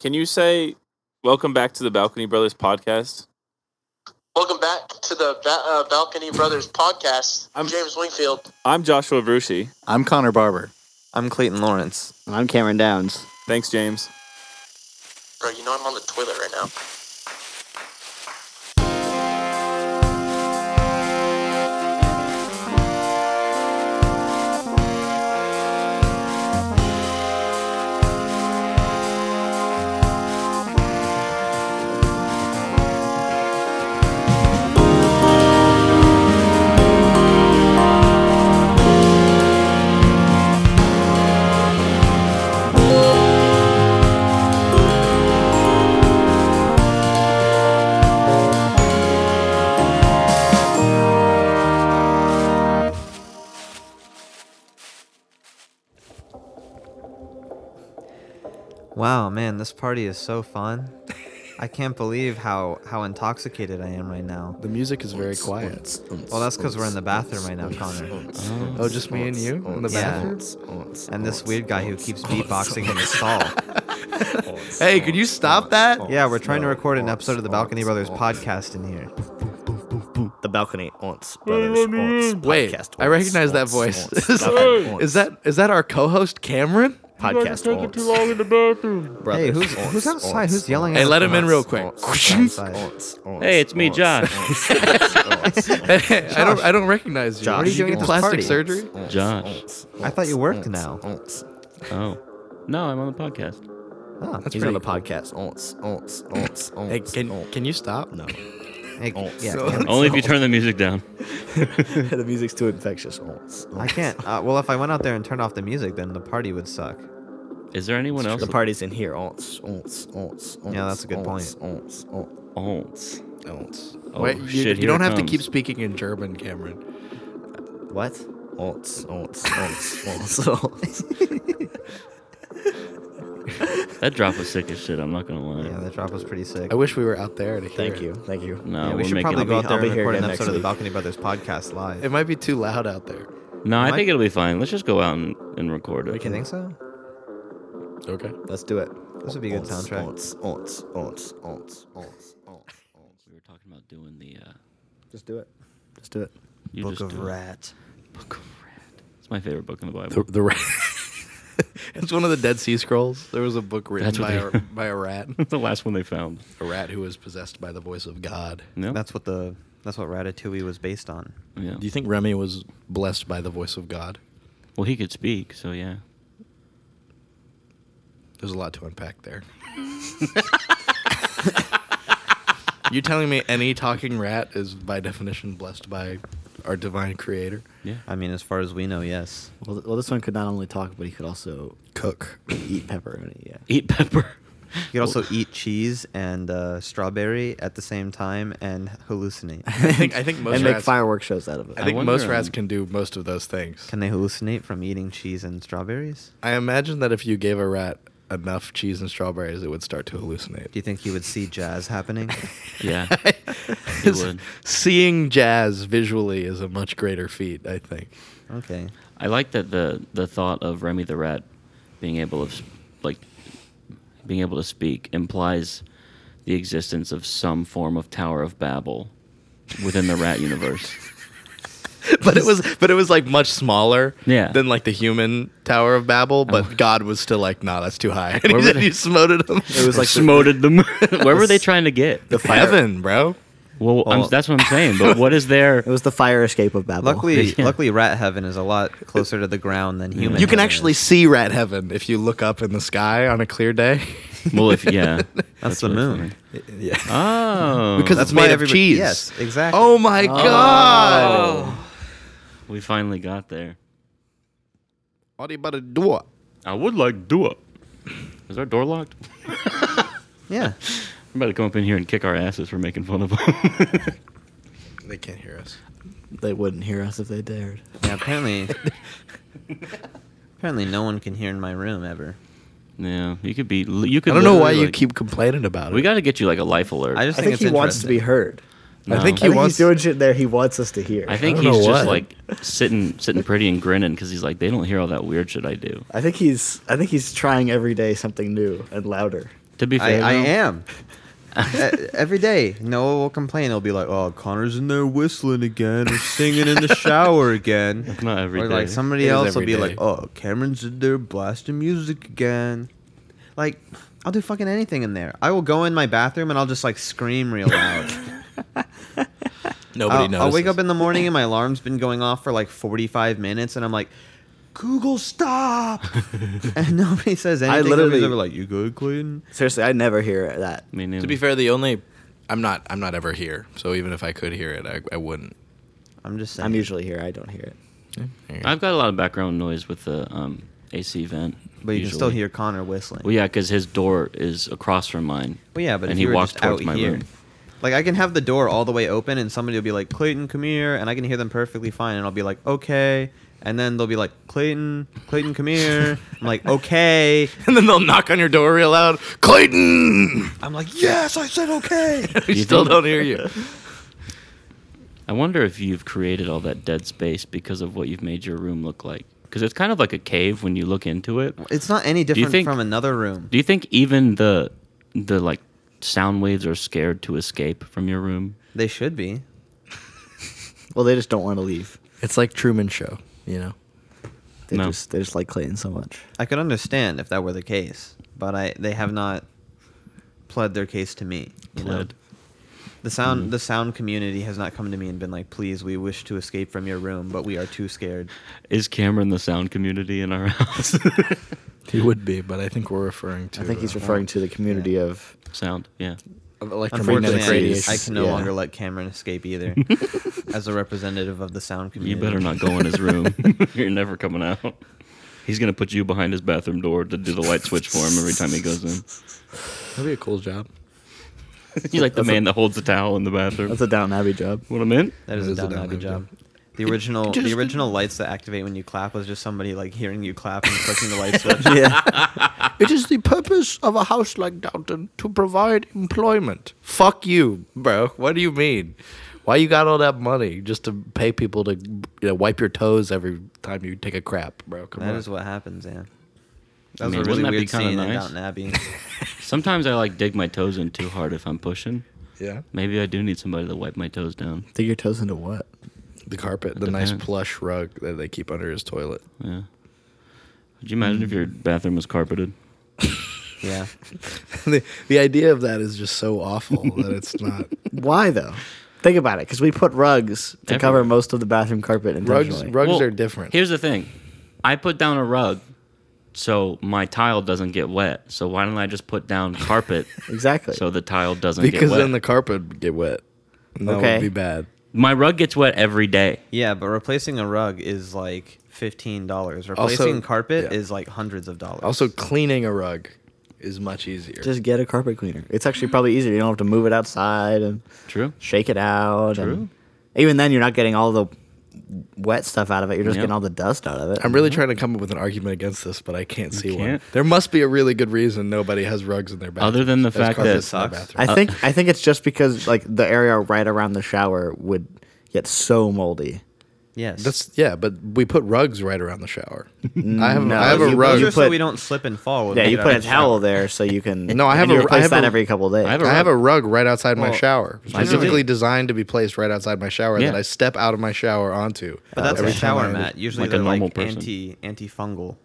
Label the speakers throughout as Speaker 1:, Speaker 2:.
Speaker 1: Can you say welcome back to the Balcony Brothers podcast?
Speaker 2: Welcome back to the ba- uh, Balcony Brothers podcast. I'm James Wingfield.
Speaker 1: I'm Joshua Verushi.
Speaker 3: I'm Connor Barber.
Speaker 4: I'm Clayton Lawrence.
Speaker 5: And I'm Cameron Downs.
Speaker 1: Thanks, James.
Speaker 2: Bro, you know I'm on the toilet right now.
Speaker 4: Wow, man, this party is so fun. I can't believe how how intoxicated I am right now.
Speaker 3: The music is very quiet.
Speaker 4: Well, that's because we're in the bathroom right now, Connor.
Speaker 3: Oh, just me and you in the
Speaker 4: Yeah.
Speaker 3: bathroom.
Speaker 4: And this weird guy who keeps beatboxing in the stall.
Speaker 3: Hey, could you stop that?
Speaker 4: Yeah, we're trying to record an episode of the Balcony Brothers podcast in here.
Speaker 5: The balcony aunts brothers aunts
Speaker 3: Wait,
Speaker 5: podcast.
Speaker 3: I recognize that
Speaker 5: aunts,
Speaker 3: voice.
Speaker 5: aunts,
Speaker 3: Is
Speaker 5: balcony aunts,
Speaker 3: is that is that our co-host Cameron?
Speaker 5: podcast? aunts,
Speaker 4: Hey,
Speaker 5: brothers,
Speaker 4: who's
Speaker 5: aunts,
Speaker 4: who's outside?
Speaker 5: aunts,
Speaker 4: Who's yelling?
Speaker 3: Hey,
Speaker 4: at
Speaker 3: let
Speaker 4: us
Speaker 3: him in
Speaker 4: from
Speaker 3: real
Speaker 4: outs-
Speaker 3: quick.
Speaker 4: outside?
Speaker 5: aunts,
Speaker 6: Hey, it's me, John.
Speaker 3: I don't I don't recognize you.
Speaker 5: Josh.
Speaker 3: What are you doing at this plastic
Speaker 4: party?
Speaker 3: surgery?
Speaker 6: Josh.
Speaker 4: I thought you worked now.
Speaker 6: Oh. No, I'm on the podcast.
Speaker 4: Oh,
Speaker 3: That's
Speaker 5: He's
Speaker 3: pretty
Speaker 5: on the podcast. Aunts, aunts, aunts, aunts.
Speaker 3: Hey, can can you stop?
Speaker 5: no.
Speaker 4: hey,
Speaker 5: aunts.
Speaker 4: yeah,
Speaker 5: So-
Speaker 4: Cameron,
Speaker 6: Only if you turn the music down.
Speaker 5: the music's too infectious. Aunts,
Speaker 4: I can't. Uh, well, if I went out there and turned off the music, then the party would suck.
Speaker 6: Is there anyone else?
Speaker 5: The party's in here. Aunts, aunts, aunts, aunts.
Speaker 4: Yeah, that's a good
Speaker 5: aunts, Aunts, aunts,
Speaker 6: Aunts.
Speaker 5: aunts.
Speaker 6: Oh,
Speaker 3: Wait, you,
Speaker 6: shit,
Speaker 3: you
Speaker 6: here
Speaker 3: don't
Speaker 6: it
Speaker 3: have to
Speaker 6: comes.
Speaker 3: keep speaking in German, Cameron.
Speaker 5: What? Aunts, aunts, aunts, aunts, aunts.
Speaker 6: That drop was sick as shit. I'm not gonna lie.
Speaker 4: Yeah, that drop was pretty sick.
Speaker 3: I uh, wish we were out there to hear.
Speaker 5: Thank
Speaker 3: it.
Speaker 5: you, thank you.
Speaker 6: no,
Speaker 4: yeah,
Speaker 6: we're
Speaker 4: we should
Speaker 6: making.
Speaker 4: probably go
Speaker 5: I'll
Speaker 4: out
Speaker 5: be-
Speaker 4: there
Speaker 5: I'll be
Speaker 4: and
Speaker 5: here
Speaker 4: record an
Speaker 5: again
Speaker 4: episode
Speaker 5: next
Speaker 4: of the
Speaker 5: week.
Speaker 4: Balcony Brothers podcast live.
Speaker 3: It might be too loud out there.
Speaker 6: no, I
Speaker 4: Am I-
Speaker 6: think it'll be fine. Let's just go out and, and record it.
Speaker 4: You think so?
Speaker 3: Okay.
Speaker 5: Let's do it.
Speaker 4: This would be a good
Speaker 5: Aunts,
Speaker 4: soundtrack.
Speaker 5: Aunts, aunts, aunts, aunts, aunts, aunts, aunts.
Speaker 6: We were talking about doing the. Uh,
Speaker 5: Just do it. Just do it.
Speaker 6: you
Speaker 5: Book
Speaker 6: just
Speaker 5: of
Speaker 6: do it.
Speaker 5: Rat.
Speaker 6: Book of Rat. It's my favorite book in the Bible.
Speaker 3: The, the rat. it's one of the Dead Sea Scrolls. There was a book written
Speaker 6: That's what
Speaker 3: by a,
Speaker 6: they-
Speaker 3: by a rat,
Speaker 6: the last one they found.
Speaker 3: a rat who was possessed by the voice of God.
Speaker 6: No.
Speaker 4: That's what the that's what Ratatouille was based on.
Speaker 6: yeah.
Speaker 3: Do you think Remy was blessed by the voice of God?
Speaker 6: Well, he could speak, so yeah.
Speaker 3: There's a lot to unpack there. you telling me any talking rat is by definition blessed by our divine creator?
Speaker 6: Yeah.
Speaker 4: I mean, as far as we know, yes.
Speaker 5: Well, th- well, this one could not only talk, but he could also
Speaker 3: Cook.
Speaker 5: eat pepperoni. Yeah.
Speaker 6: Eat pepper.
Speaker 4: You could also eat cheese and uh, strawberry at the same time and hallucinate.
Speaker 3: I think I think most
Speaker 5: and make
Speaker 3: rats-
Speaker 5: fireworks shows out of it.
Speaker 3: I think
Speaker 6: I
Speaker 3: most
Speaker 6: wonder,
Speaker 3: rats
Speaker 6: um,
Speaker 3: can do most of those things.
Speaker 4: Can they hallucinate from eating cheese and strawberries?
Speaker 3: I imagine that if you gave a rat enough cheese and strawberries, it would start to
Speaker 4: Do
Speaker 3: hallucinate.
Speaker 4: you think he would see jazz happening?
Speaker 6: Yeah.
Speaker 3: Is-
Speaker 6: would.
Speaker 3: Seeing jazz visually is a much greater feat, I think.
Speaker 4: Okay.
Speaker 6: I like that the the thought of Remy the Rat being able to s- like being able to speak implies the existence of some form of Tower of Babel within the rat universe.
Speaker 3: But it was but it was like much smaller
Speaker 6: Yeah.
Speaker 3: than like the human Tower of Babel, but God was still like, nah, that's too high. And
Speaker 6: Where
Speaker 3: he,
Speaker 6: were
Speaker 3: said
Speaker 6: they-
Speaker 3: he smote at him.
Speaker 5: It was like the-
Speaker 6: Smoted them. Where were they trying to get?
Speaker 5: the fire.
Speaker 3: Heaven, bro.
Speaker 6: Well, uh, I'm,
Speaker 5: Well-
Speaker 6: that's what I'm saying. But what is there?
Speaker 5: It was the fire escape of Babel.
Speaker 4: Luckily,
Speaker 6: yeah.
Speaker 4: luckily, rat heaven is a lot closer to the ground than human.
Speaker 3: You
Speaker 4: heaven
Speaker 3: can actually
Speaker 4: is.
Speaker 3: see rat heaven if you look up in the sky on a clear day.
Speaker 6: Well, if yeah,
Speaker 4: That's the
Speaker 6: really
Speaker 4: moon.
Speaker 3: yeah.
Speaker 6: funny. Oh,
Speaker 3: Because
Speaker 4: That's
Speaker 3: it's
Speaker 4: why
Speaker 3: made of
Speaker 4: everybody-
Speaker 3: cheese.
Speaker 4: Yes, exactly.
Speaker 3: Oh my god.
Speaker 6: we finally got there.
Speaker 3: What about a door?
Speaker 6: I would like do it. Is our door locked?
Speaker 4: yeah.
Speaker 6: I'm about to come up in here and kick our asses for making fun of them.
Speaker 3: They can't hear us.
Speaker 5: They wouldn't hear us if they dared.
Speaker 4: Yeah. Apparently, apparently, no one can hear in my room ever.
Speaker 6: yeah, you could be. You
Speaker 3: I
Speaker 6: could.
Speaker 3: don't know why
Speaker 6: literally,
Speaker 3: you
Speaker 6: like-
Speaker 3: keep complaining about it.
Speaker 6: We got to get you like a life alert.
Speaker 4: I
Speaker 5: I
Speaker 4: just
Speaker 5: think,
Speaker 4: think,
Speaker 5: he
Speaker 4: it's
Speaker 5: wants to be
Speaker 4: interesting.
Speaker 5: heard.
Speaker 3: I
Speaker 6: No.
Speaker 3: think
Speaker 5: I
Speaker 3: he
Speaker 5: think
Speaker 3: wants
Speaker 5: he's doing shit there he wants us to hear.
Speaker 6: I think
Speaker 3: don't
Speaker 6: he's
Speaker 3: know
Speaker 6: just
Speaker 3: why.
Speaker 6: like sitting sitting pretty and grinning because he's like they don't hear all that weird shit I do.
Speaker 5: I think he's I think he's trying every day something new and louder.
Speaker 6: To be
Speaker 4: I,
Speaker 6: fair,
Speaker 4: I
Speaker 6: though,
Speaker 4: am. E- Every day, Noah will complain. He'll be like, "Oh, Connor's in there whistling again, or singing in the shower again."
Speaker 6: Not every
Speaker 4: or like
Speaker 6: day.
Speaker 4: somebody
Speaker 3: It is
Speaker 4: else will
Speaker 3: every
Speaker 4: be
Speaker 3: day.
Speaker 4: like, "Oh, Cameron's in there blasting music again." Like, I'll do fucking anything in there. I will go in my bathroom and I'll just like scream real loud.
Speaker 3: Nobody
Speaker 4: I'll,
Speaker 3: knows.
Speaker 4: I'll wake up in the morning and my alarm's been going off for like 45 minutes, and I'm like, "Google, stop!" and nobody says anything. Nobody's
Speaker 5: literally-
Speaker 4: ever like, "You good, Clayton?"
Speaker 5: Seriously, I never hear that.
Speaker 6: Me neither.
Speaker 3: To be fair, the only I'm not I'm not ever here, so even if I could hear it, I, I wouldn't.
Speaker 4: I'm just saying.
Speaker 5: I'm usually here. I don't hear it.
Speaker 6: I've got a lot of background noise with the um, AC vent.
Speaker 4: But you can still
Speaker 6: usually.
Speaker 4: hear Connor whistling.
Speaker 6: Well, yeah, because his door is across from mine.
Speaker 4: Well, yeah, but
Speaker 6: and
Speaker 4: if
Speaker 6: he
Speaker 4: you were
Speaker 6: walks
Speaker 4: just
Speaker 6: towards
Speaker 4: out
Speaker 6: my
Speaker 4: here,
Speaker 6: room.
Speaker 4: like I can have the door all the way open, and somebody will be like, "Clayton, come here," and I can hear them perfectly fine, and I'll be like, "Okay," and then they'll be like, "Clayton, Clayton, come here." I'm like, "Okay,"
Speaker 3: And then they'll knock on your door real loud, Clayton.
Speaker 4: I'm like, "Yes, I said okay."
Speaker 3: We
Speaker 6: You
Speaker 3: still
Speaker 6: think-
Speaker 3: don't hear you.
Speaker 6: I wonder if you've created all that dead space because of what you've made your room look like. Because it's kind of like a cave when you look into it.
Speaker 4: It's not any different
Speaker 6: think-
Speaker 4: from another room.
Speaker 6: Do you think even the the like sound waves are scared to escape from your room?
Speaker 4: They should be.
Speaker 5: Well, they just don't want to leave.
Speaker 3: It's like Truman Show, you know.
Speaker 5: They
Speaker 6: No.
Speaker 5: just they just like Clayton so much.
Speaker 4: I could understand if that were the case, but I they have not pled their case to me. you know?
Speaker 6: Pled. Mm-hmm.
Speaker 4: The sound the sound community has not come to me and been like, "Please, we wish to escape from your room, but we are too scared."
Speaker 6: Is Cameron the sound community in our house?
Speaker 3: He would be, but I think we're referring to.
Speaker 5: I think he's
Speaker 3: uh,
Speaker 5: referring to the community of
Speaker 6: sound, yeah.
Speaker 3: of electromagnetic
Speaker 4: Unfortunately,
Speaker 5: radiation.
Speaker 4: I, I can no
Speaker 5: Yeah.
Speaker 4: longer let Cameron escape either, as a representative of the sound
Speaker 6: You
Speaker 4: community.
Speaker 6: better not go in his room. You're never coming out. He's gonna put you behind his bathroom door to do the light switch for him every time he goes in.
Speaker 3: That'd be a cool job.
Speaker 6: He's like the man that holds the towel in the bathroom.
Speaker 5: that's a Downton Abbey job.
Speaker 6: What I'm in?
Speaker 4: That is a
Speaker 3: That is a
Speaker 4: down Abbey
Speaker 3: download
Speaker 4: job. The original the
Speaker 6: just-
Speaker 4: original lights that activate when you clap was just somebody like hearing you clap and clicking the light switch.
Speaker 5: yeah,
Speaker 3: It is the purpose of a house like Downton to provide employment. Fuck you, bro. What do you mean? Why you got all that money just to pay people to you know, wipe your toes every time you take a crap, bro? Come
Speaker 4: That
Speaker 3: on.
Speaker 4: is what happens, yeah. That
Speaker 6: I
Speaker 4: was
Speaker 6: mean,
Speaker 4: a really
Speaker 6: wouldn't that be
Speaker 4: weird
Speaker 6: kinda
Speaker 4: scene in
Speaker 6: nice?
Speaker 4: Downton Abbey.
Speaker 6: Sometimes I like dig my toes in too hard if I'm pushing.
Speaker 3: yeah.
Speaker 6: Maybe I do need somebody to wipe my toes down.
Speaker 5: dig your toes into what?
Speaker 3: The carpet, the nice plush rug that they keep under his toilet.
Speaker 6: Yeah. Could you imagine if your bathroom was carpeted?
Speaker 4: yeah.
Speaker 3: the, the idea of that is just so awful that it's not.
Speaker 5: Why though? Think about it, because we put rugs to cover
Speaker 6: Everywhere.
Speaker 5: most of the bathroom carpet
Speaker 3: Rugs,
Speaker 5: intentionally.
Speaker 3: rugs
Speaker 6: Well,
Speaker 3: are different.
Speaker 6: Here's the thing. I put down a rug so my tile doesn't get wet. So why don't I just put down carpet
Speaker 5: Exactly.
Speaker 6: so the tile doesn't get
Speaker 3: because
Speaker 6: wet?
Speaker 3: then the carpet would get wet. And that
Speaker 5: Okay.
Speaker 3: would be bad.
Speaker 6: my rug gets wet every day.
Speaker 4: Yeah, but replacing a rug is like fifteen dollars. Replacing carpet
Speaker 3: yeah.
Speaker 4: is like hundreds of dollars.
Speaker 3: Also, cleaning a rug is much easier.
Speaker 5: just get a carpet cleaner. It's actually probably easier. You don't have to move it outside and
Speaker 6: True.
Speaker 5: shake it out.
Speaker 6: True.
Speaker 5: And even then, you're not getting all the wet stuff out of it. You're just
Speaker 6: Yep.
Speaker 5: getting all the dust out of it.
Speaker 3: I'm really
Speaker 4: Mm-hmm.
Speaker 3: trying to come up with an argument against this, but I can't see one.
Speaker 6: can't?
Speaker 3: There must be a really good reason nobody has rugs in their bathroom.
Speaker 6: Other than the fact that-
Speaker 5: I think I think it's just because like the area right around the shower would get so moldy.
Speaker 4: yes.
Speaker 3: that's yeah, but we put rugs right around the shower. I have
Speaker 5: No,
Speaker 3: I have a
Speaker 5: you-
Speaker 3: rug.
Speaker 5: you
Speaker 4: Just so
Speaker 5: put-
Speaker 4: we don't slip and fall. when
Speaker 5: Yeah,
Speaker 4: we
Speaker 5: you
Speaker 4: get
Speaker 5: put
Speaker 4: out
Speaker 5: a
Speaker 4: of the shower.
Speaker 5: towel there so you can.
Speaker 3: No, I have
Speaker 5: and you
Speaker 3: a- I
Speaker 5: replace
Speaker 3: have
Speaker 5: that
Speaker 3: a-
Speaker 5: every couple of days.
Speaker 6: I have a
Speaker 3: I have a
Speaker 6: rug.
Speaker 3: rug right outside my
Speaker 4: Well,
Speaker 3: shower,
Speaker 6: do.
Speaker 3: specifically designed to be placed right outside my shower
Speaker 6: Yeah.
Speaker 3: that I step out of my shower onto.
Speaker 4: But that's
Speaker 3: every
Speaker 4: a
Speaker 3: time
Speaker 4: shower
Speaker 3: I-
Speaker 4: mat. Usually
Speaker 6: Like a
Speaker 4: they're
Speaker 6: normal
Speaker 4: like
Speaker 6: person.
Speaker 4: anti antifungal.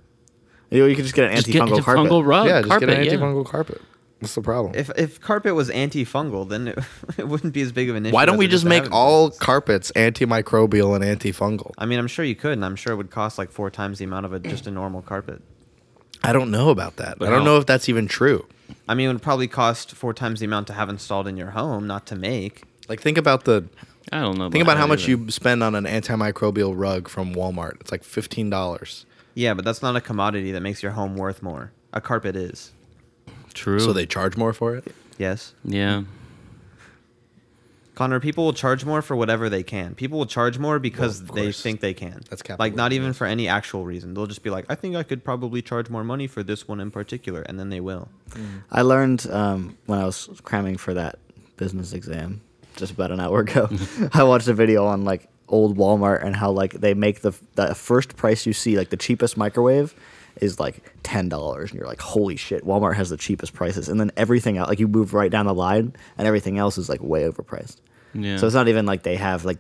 Speaker 5: you, you can just get an
Speaker 6: Just get
Speaker 5: antifungal
Speaker 6: a
Speaker 5: carpet.
Speaker 6: fungal rug.
Speaker 3: Yeah, just
Speaker 6: Oh, carpet,
Speaker 3: get an
Speaker 6: yeah.
Speaker 3: antifungal carpet. What's the problem?
Speaker 4: If if carpet was antifungal, then it, it wouldn't be as big of an issue.
Speaker 3: Why don't
Speaker 4: as
Speaker 3: we
Speaker 4: it is
Speaker 3: just
Speaker 4: to
Speaker 3: make
Speaker 4: have it.
Speaker 3: all carpets antimicrobial and antifungal?
Speaker 4: I mean, I'm sure you could, and I'm sure it would cost like four times the amount of a, just a normal carpet.
Speaker 3: I don't know about that.
Speaker 6: But
Speaker 3: I don't
Speaker 6: how-
Speaker 3: know if that's even true.
Speaker 4: I mean, it would probably cost four times the amount to have installed in your home, not to make.
Speaker 3: Like think about the
Speaker 6: I don't know.
Speaker 3: Think about
Speaker 6: that
Speaker 3: how much
Speaker 6: either.
Speaker 3: you spend on an antimicrobial rug from Walmart. It's like fifteen dollars.
Speaker 4: Yeah, but that's not a commodity that makes your home worth more. A carpet is.
Speaker 6: True.
Speaker 3: So they charge more for it.
Speaker 4: Yes.
Speaker 6: yeah.
Speaker 4: Connor, people will charge more for whatever they can. People will charge more because
Speaker 3: of
Speaker 4: they
Speaker 3: course.
Speaker 4: think they can.
Speaker 3: That's
Speaker 4: Like
Speaker 3: capitalism,
Speaker 4: not even for any actual reason. They'll just be like, I think I could probably charge more money for this one in particular, and then they will.
Speaker 5: I learned um, when I was cramming for that business exam just about an hour ago. I watched a video on like old Walmart and how like they make the the first price you see, like the cheapest microwave, is like ten dollars, and you're like, holy shit, Walmart has the cheapest prices, and then everything else, like you move right down the line, and everything else is like way overpriced.
Speaker 6: Yeah.
Speaker 5: So it's not even like they have like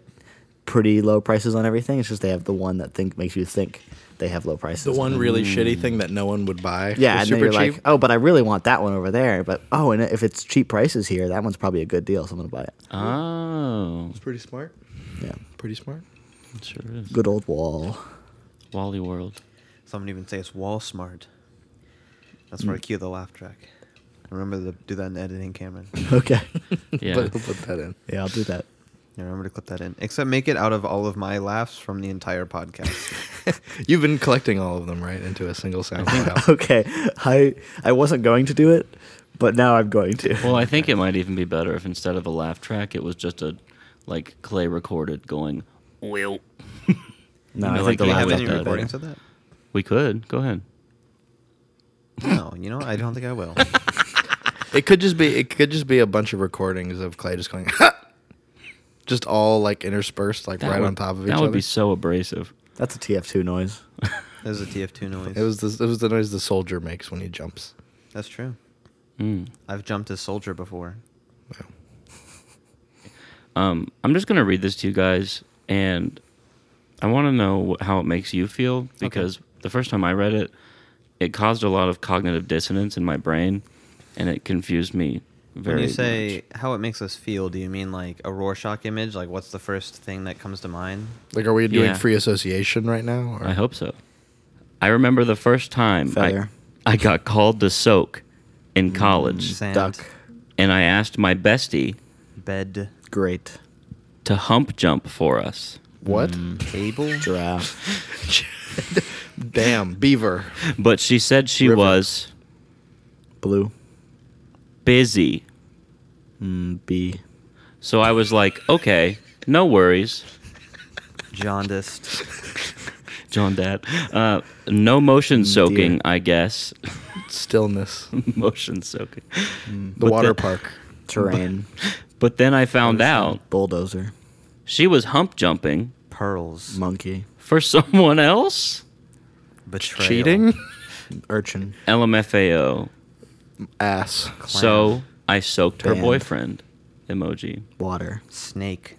Speaker 5: pretty low prices on everything. It's just they have the one that think makes you think they have low prices.
Speaker 3: The
Speaker 6: Mm.
Speaker 3: one really shitty thing that no one would buy.
Speaker 5: Yeah,
Speaker 3: for
Speaker 5: and then you're like, oh, but I really want that one over there. But oh, and if it's cheap prices here, that one's probably a good deal, so I'm gonna buy it.
Speaker 6: Oh,
Speaker 3: it's pretty smart.
Speaker 5: Yeah,
Speaker 3: Pretty smart.
Speaker 6: it sure is.
Speaker 5: good old wall.
Speaker 6: Wally World.
Speaker 4: Some would even say it's wall smart. That's where I cue the laugh track. Remember to do that in editing, Cameron. Yeah,
Speaker 5: Okay,
Speaker 6: Yeah.
Speaker 3: But we'll put that in.
Speaker 5: yeah, I'll do that.
Speaker 4: remember to clip that in. Except make it out of all of my laughs from the entire podcast.
Speaker 3: You've been collecting all of them, right, into a single sound file.
Speaker 5: Okay, I I wasn't going to do it, but now I'm going to.
Speaker 6: Well, I think it might even be better if instead of a laugh track, it was just a like Clay recorded going.
Speaker 5: no,
Speaker 6: Well, you know,
Speaker 5: I
Speaker 6: like
Speaker 5: think
Speaker 4: Do
Speaker 5: the
Speaker 4: we
Speaker 5: last
Speaker 4: have
Speaker 6: was
Speaker 5: one's
Speaker 4: any
Speaker 5: better.
Speaker 6: better.
Speaker 4: recordings of that?
Speaker 6: we could go ahead.
Speaker 4: No, you know, I don't think I will.
Speaker 3: it could just be it could just be a bunch of recordings of Clay just going, ha! just all like interspersed, like
Speaker 6: That
Speaker 3: right
Speaker 6: would-
Speaker 3: on top of each
Speaker 6: That would
Speaker 3: other.
Speaker 6: be so abrasive.
Speaker 5: That's a TF2 noise.
Speaker 4: There's a TF2 noise.
Speaker 3: it was the it was the noise the soldier makes when he jumps.
Speaker 4: That's true.
Speaker 6: Mm.
Speaker 4: I've jumped as soldier before.
Speaker 3: Wow.
Speaker 6: Um, I'm just gonna read this to you guys, and I want to know wh- how it makes you feel because the first time I read it, it caused a lot of cognitive dissonance in my brain, and it confused me very.
Speaker 4: when you say
Speaker 6: much.
Speaker 4: how it makes us feel, do you mean like a Rorschach image? Like, what's the first thing that comes to mind?
Speaker 3: Like, are we doing
Speaker 6: Yeah.
Speaker 3: free association right now? Or?
Speaker 6: I hope so. I remember the first time I,
Speaker 5: Fair.
Speaker 6: I got called to soak
Speaker 3: Mm,
Speaker 6: in college,
Speaker 4: Sand,
Speaker 5: Duck,
Speaker 6: and I asked my bestie
Speaker 4: bed,
Speaker 5: great,
Speaker 6: to hump jump for us.
Speaker 3: What?
Speaker 6: Mm.
Speaker 4: cable.
Speaker 5: giraffe.
Speaker 3: Damn, beaver.
Speaker 6: But she said she
Speaker 3: River.
Speaker 6: was
Speaker 5: Blue.
Speaker 6: busy.
Speaker 5: Mm, B.
Speaker 6: So I was like, okay, no worries.
Speaker 4: jaundiced.
Speaker 6: John Dad. Uh, no motion soaking,
Speaker 5: dear.
Speaker 6: I guess.
Speaker 3: Stillness.
Speaker 6: motion soaking.
Speaker 3: The water
Speaker 6: Mm. the-
Speaker 3: park.
Speaker 5: Terrain.
Speaker 6: But then I found out
Speaker 5: Bulldozer.
Speaker 6: she was hump jumping
Speaker 4: Pearls.
Speaker 5: Monkey.
Speaker 6: for someone else.
Speaker 4: Betrayal.
Speaker 3: Cheating?
Speaker 5: Urchin.
Speaker 6: LMFAO.
Speaker 3: Ass.
Speaker 6: So I soaked her
Speaker 5: Banned.
Speaker 6: boyfriend. Emoji.
Speaker 5: Water.
Speaker 4: Snake.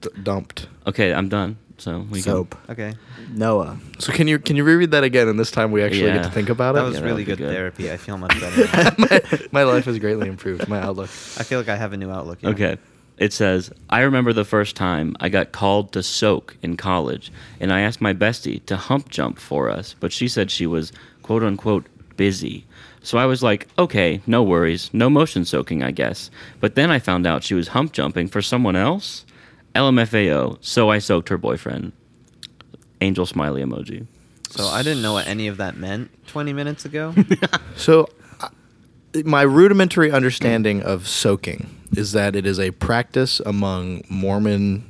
Speaker 3: D- dumped.
Speaker 6: Okay, I'm done. So we go.
Speaker 5: Soap.
Speaker 4: Okay.
Speaker 5: Noah.
Speaker 3: So can you can you reread that again? And this time we actually get
Speaker 6: Yeah.
Speaker 3: to think about
Speaker 4: That
Speaker 3: it.
Speaker 4: was
Speaker 6: that
Speaker 4: really
Speaker 6: would be
Speaker 4: good,
Speaker 6: good.
Speaker 4: therapy. I feel much better. now.
Speaker 3: my life has greatly improved. My outlook.
Speaker 4: I feel like I have a new outlook. yeah.
Speaker 6: Okay. It says, I remember the first time I got called to soak in college, and I asked my bestie to hump jump for us, but she said she was quote unquote busy. So I was like, okay, no worries, no motion soaking, I guess. But then I found out she was hump jumping for someone else? LMFAO. So I soaked her boyfriend. Angel smiley emoji.
Speaker 4: So I didn't know what any of that meant 20 minutes ago.
Speaker 3: So, I- my rudimentary understanding of soaking is that it is a practice among Mormon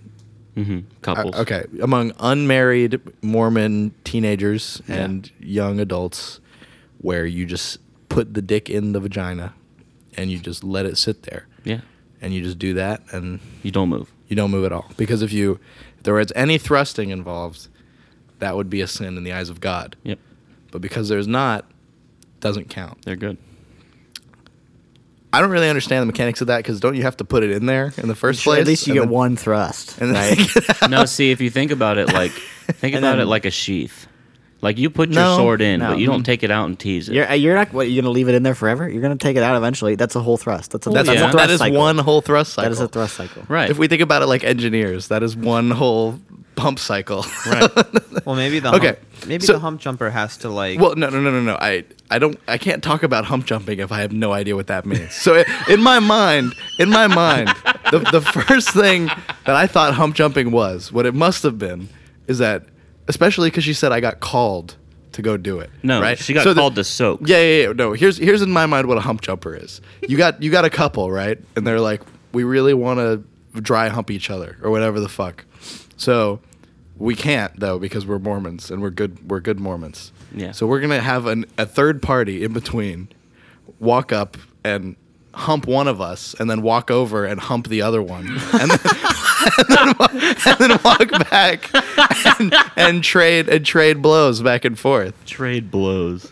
Speaker 6: hmm
Speaker 3: Uh,
Speaker 6: Couples.
Speaker 3: okay, among unmarried Mormon teenagers and young adults, where you just put the dick in the vagina and you just let it sit there,
Speaker 6: Yeah.
Speaker 3: and you just do that, and
Speaker 6: You don't move.
Speaker 3: you don't move at all. Because if you, if there was any thrusting involved, that would be a sin in the eyes of God.
Speaker 6: Yep.
Speaker 3: But because there's not, doesn't count.
Speaker 6: They're good.
Speaker 3: I don't really understand the mechanics of that because don't you have to put it in there in the first
Speaker 5: Sure,
Speaker 3: place?
Speaker 5: at least you
Speaker 3: And
Speaker 5: get
Speaker 3: then-
Speaker 5: one thrust.
Speaker 3: and then
Speaker 5: right?
Speaker 3: take it out?
Speaker 6: no, see, if you think about it, like think
Speaker 5: And
Speaker 6: about it
Speaker 5: then-
Speaker 6: like a sheath. Like you put your
Speaker 3: No,
Speaker 6: sword in, but
Speaker 5: no. Mm-hmm.
Speaker 6: you don't take it out and tease it.
Speaker 5: You're uh, you're not what you're gonna leave it in there forever. You're gonna take it out eventually. That's a whole thrust. That's a
Speaker 3: That's
Speaker 5: that's
Speaker 6: yeah.
Speaker 3: that
Speaker 5: a thrust
Speaker 3: is
Speaker 5: cycle.
Speaker 3: one whole thrust cycle.
Speaker 5: That is a thrust cycle.
Speaker 6: right.
Speaker 3: If we think about it like engineers, that is one whole pump cycle.
Speaker 6: right.
Speaker 4: Well, maybe the hump-
Speaker 3: Okay,
Speaker 4: maybe
Speaker 3: so-
Speaker 4: the hump jumper has to like.
Speaker 3: well, no, no, no, no, no. I, I don't, I can't talk about hump jumping if I have no idea what that means. So i- in my mind, in my mind, the, the first thing that I thought hump jumping was, what it must have been, is that, especially because she said I got called to go do it.
Speaker 6: No,
Speaker 3: right?
Speaker 6: she got
Speaker 3: So the-
Speaker 6: called to soak.
Speaker 3: Yeah, yeah, yeah. No, here's here's in my mind what a hump jumper is. You got you got a couple, right? And they're like, we really want to dry hump each other or whatever the fuck. So we can't though because we're Mormons and we're good we're good Mormons.
Speaker 6: Yeah.
Speaker 3: So we're gonna have an, a third party in between walk up and hump one of us and then walk over and hump the other one and then, and then wa- and then walk back and, and trade and trade blows back and forth.
Speaker 6: Trade blows.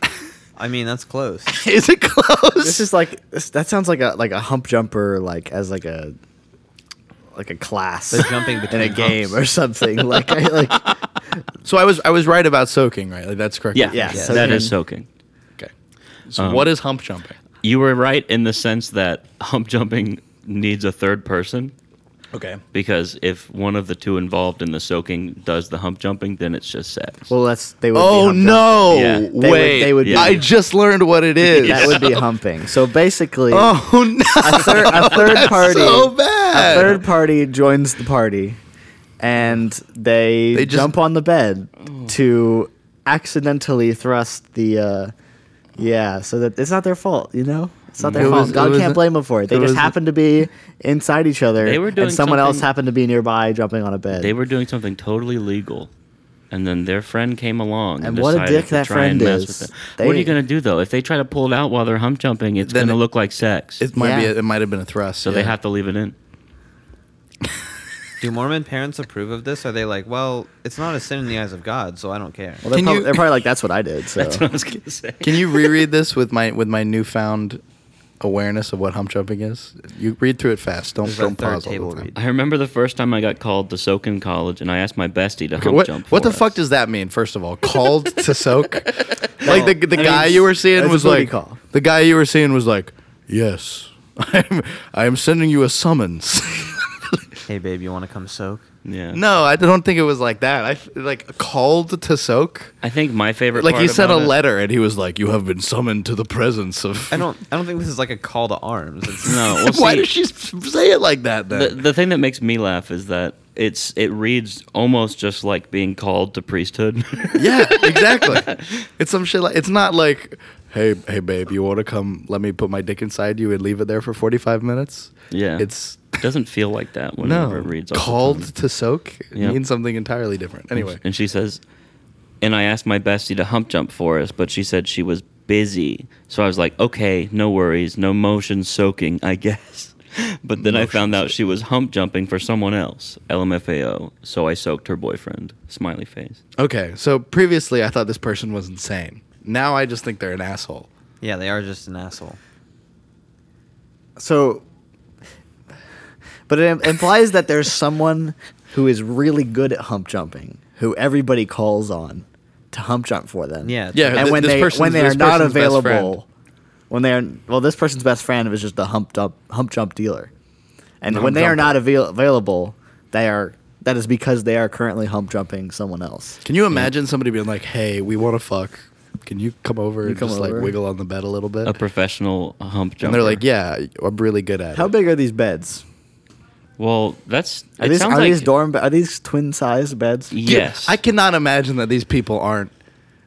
Speaker 4: I mean, that's close.
Speaker 3: Is it close?
Speaker 5: This is like this, that sounds like a like a hump jumper like as like a like a class
Speaker 4: They're jumping
Speaker 5: in
Speaker 4: between
Speaker 5: a game
Speaker 4: humps.
Speaker 5: or something. Like I, like
Speaker 3: so I was I was right about soaking, right? Like that's correct.
Speaker 6: Yeah, Uh-huh.
Speaker 5: Yeah, Mm-hmm.
Speaker 6: that is
Speaker 5: soaking.
Speaker 6: soaking.
Speaker 3: Okay. So what is hump jumping?
Speaker 6: You were right in the sense that hump jumping needs a third person
Speaker 3: Okay.
Speaker 6: because if one of the two involved in the soaking does the hump jumping, then it's just sex.
Speaker 5: well that's they would be
Speaker 3: Oh
Speaker 5: hump jumping.
Speaker 3: no!
Speaker 6: Yeah. They
Speaker 5: would-
Speaker 3: Wait,
Speaker 5: they would be-
Speaker 3: I just learned what it is.
Speaker 5: That would be humping. So basically
Speaker 3: Oh no!
Speaker 5: a third a third party
Speaker 3: So bad.
Speaker 5: a third party joins the party and they,
Speaker 3: They just-
Speaker 5: jump on the bed to accidentally thrust the uh yeah so that it's not their fault you know it's not their
Speaker 3: It
Speaker 5: fault
Speaker 3: was- it
Speaker 5: god
Speaker 3: was
Speaker 5: can't
Speaker 3: a-
Speaker 5: blame them for it they
Speaker 3: it
Speaker 5: just
Speaker 3: was a-
Speaker 5: happened to be inside each other
Speaker 6: They were doing
Speaker 5: and someone else
Speaker 6: something-
Speaker 5: happened to be nearby jumping on a bed
Speaker 6: They were doing something totally legal, and then their friend came along and,
Speaker 5: And what a
Speaker 6: decided
Speaker 5: dick
Speaker 6: to
Speaker 5: that
Speaker 6: try
Speaker 5: friend
Speaker 6: and mess
Speaker 5: is.
Speaker 6: with them.
Speaker 5: They-
Speaker 6: What are you going to do though? If they try to pull it out while they're hump jumping, it's
Speaker 3: Then
Speaker 6: going to
Speaker 3: it-
Speaker 6: look like sex.
Speaker 3: It might be.
Speaker 5: Yeah.
Speaker 3: A, it might have been a thrust.
Speaker 6: so they have to leave it in.
Speaker 4: Do Mormon parents approve of this? Are they like, well, it's not a sin in the eyes of God, so I don't care.
Speaker 5: well, they're,
Speaker 3: Can
Speaker 5: prob-
Speaker 3: you-
Speaker 5: they're probably like that's what i did so
Speaker 6: That's what I was going to say.
Speaker 3: Can you reread this with my with my newfound awareness of what hump jumping is? You read through it fast. Don't
Speaker 4: This is our
Speaker 3: don't
Speaker 4: third
Speaker 3: pause. all the
Speaker 4: table
Speaker 3: time.
Speaker 4: read.
Speaker 6: I remember the first time I got called to soak in college, and I asked my bestie to hump
Speaker 3: what
Speaker 6: jump.
Speaker 3: what
Speaker 6: for
Speaker 3: the
Speaker 6: us.
Speaker 3: fuck does that mean? First of all, called to soak. like the the
Speaker 5: I mean,
Speaker 3: guy you were seeing
Speaker 5: that's
Speaker 3: was
Speaker 5: a booty
Speaker 3: like
Speaker 5: call.
Speaker 3: the guy you were seeing was like, yes, I'm I am sending you a summons.
Speaker 4: Hey, babe, you want to come soak?
Speaker 6: Yeah.
Speaker 3: no, I don't think it was like that. I f- like called to soak.
Speaker 6: I think my favorite.
Speaker 3: Like he
Speaker 6: part
Speaker 3: sent a
Speaker 6: about it-
Speaker 3: letter and he was like, you have been summoned to the presence of.
Speaker 4: I don't. I don't think this is like a call to arms. It's,
Speaker 6: No, well,
Speaker 3: Why
Speaker 6: see,
Speaker 3: did she say it like that then?
Speaker 6: The, the thing that makes me laugh is that it's it reads almost just like being called to priesthood.
Speaker 3: Yeah, exactly. it's some shit like it's not like, hey, hey, babe, you want to come? Let me put my dick inside you and leave it there for forty five minutes.
Speaker 6: yeah,
Speaker 3: It's
Speaker 6: it doesn't feel like that whenever
Speaker 3: no
Speaker 6: it reads. off the
Speaker 3: called
Speaker 6: tongue.
Speaker 3: to soak
Speaker 6: Yep.
Speaker 3: means something entirely different. Anyway,
Speaker 6: and she says, and I asked my bestie to hump jump for us, but she said she was busy. So I was like, okay, no worries, no motion soaking, I guess. But then I found out she was hump jumping for someone else, LMFAO. So I soaked her boyfriend. Smiley face.
Speaker 3: okay. So previously, I thought this person was insane. Now I just think they're an asshole.
Speaker 4: yeah, they are just an asshole.
Speaker 5: so but it im- implies that there's someone who is really good at hump jumping who everybody calls on to hump jump for them
Speaker 4: Yeah. it's
Speaker 3: Yeah,
Speaker 4: like-
Speaker 5: and
Speaker 3: th-
Speaker 5: when
Speaker 3: this
Speaker 5: they
Speaker 3: person's-
Speaker 5: when they
Speaker 3: this
Speaker 5: are not
Speaker 3: person's best friend.
Speaker 5: available, when they are well, this person's best friend is just the hump jump hump jump dealer, and
Speaker 3: The
Speaker 5: when
Speaker 3: hump
Speaker 5: they are
Speaker 3: jumper.
Speaker 5: not avail- available, they are that is because they are currently hump jumping someone else.
Speaker 3: Can you imagine somebody being like, "Hey, we want to fuck. Can you come over and
Speaker 5: come
Speaker 3: just
Speaker 5: over?
Speaker 3: like wiggle on the bed a little bit?"
Speaker 6: A professional hump jumper.
Speaker 3: and they're like, "Yeah, I'm really good at
Speaker 5: How
Speaker 3: it."
Speaker 5: big are these beds?
Speaker 6: Well, that's.
Speaker 5: Are
Speaker 6: it
Speaker 5: these
Speaker 6: sounds
Speaker 5: are
Speaker 6: like,
Speaker 5: these dorm be- are these twin sized beds?
Speaker 3: Dude,
Speaker 6: Yes.
Speaker 3: I cannot imagine that these people aren't.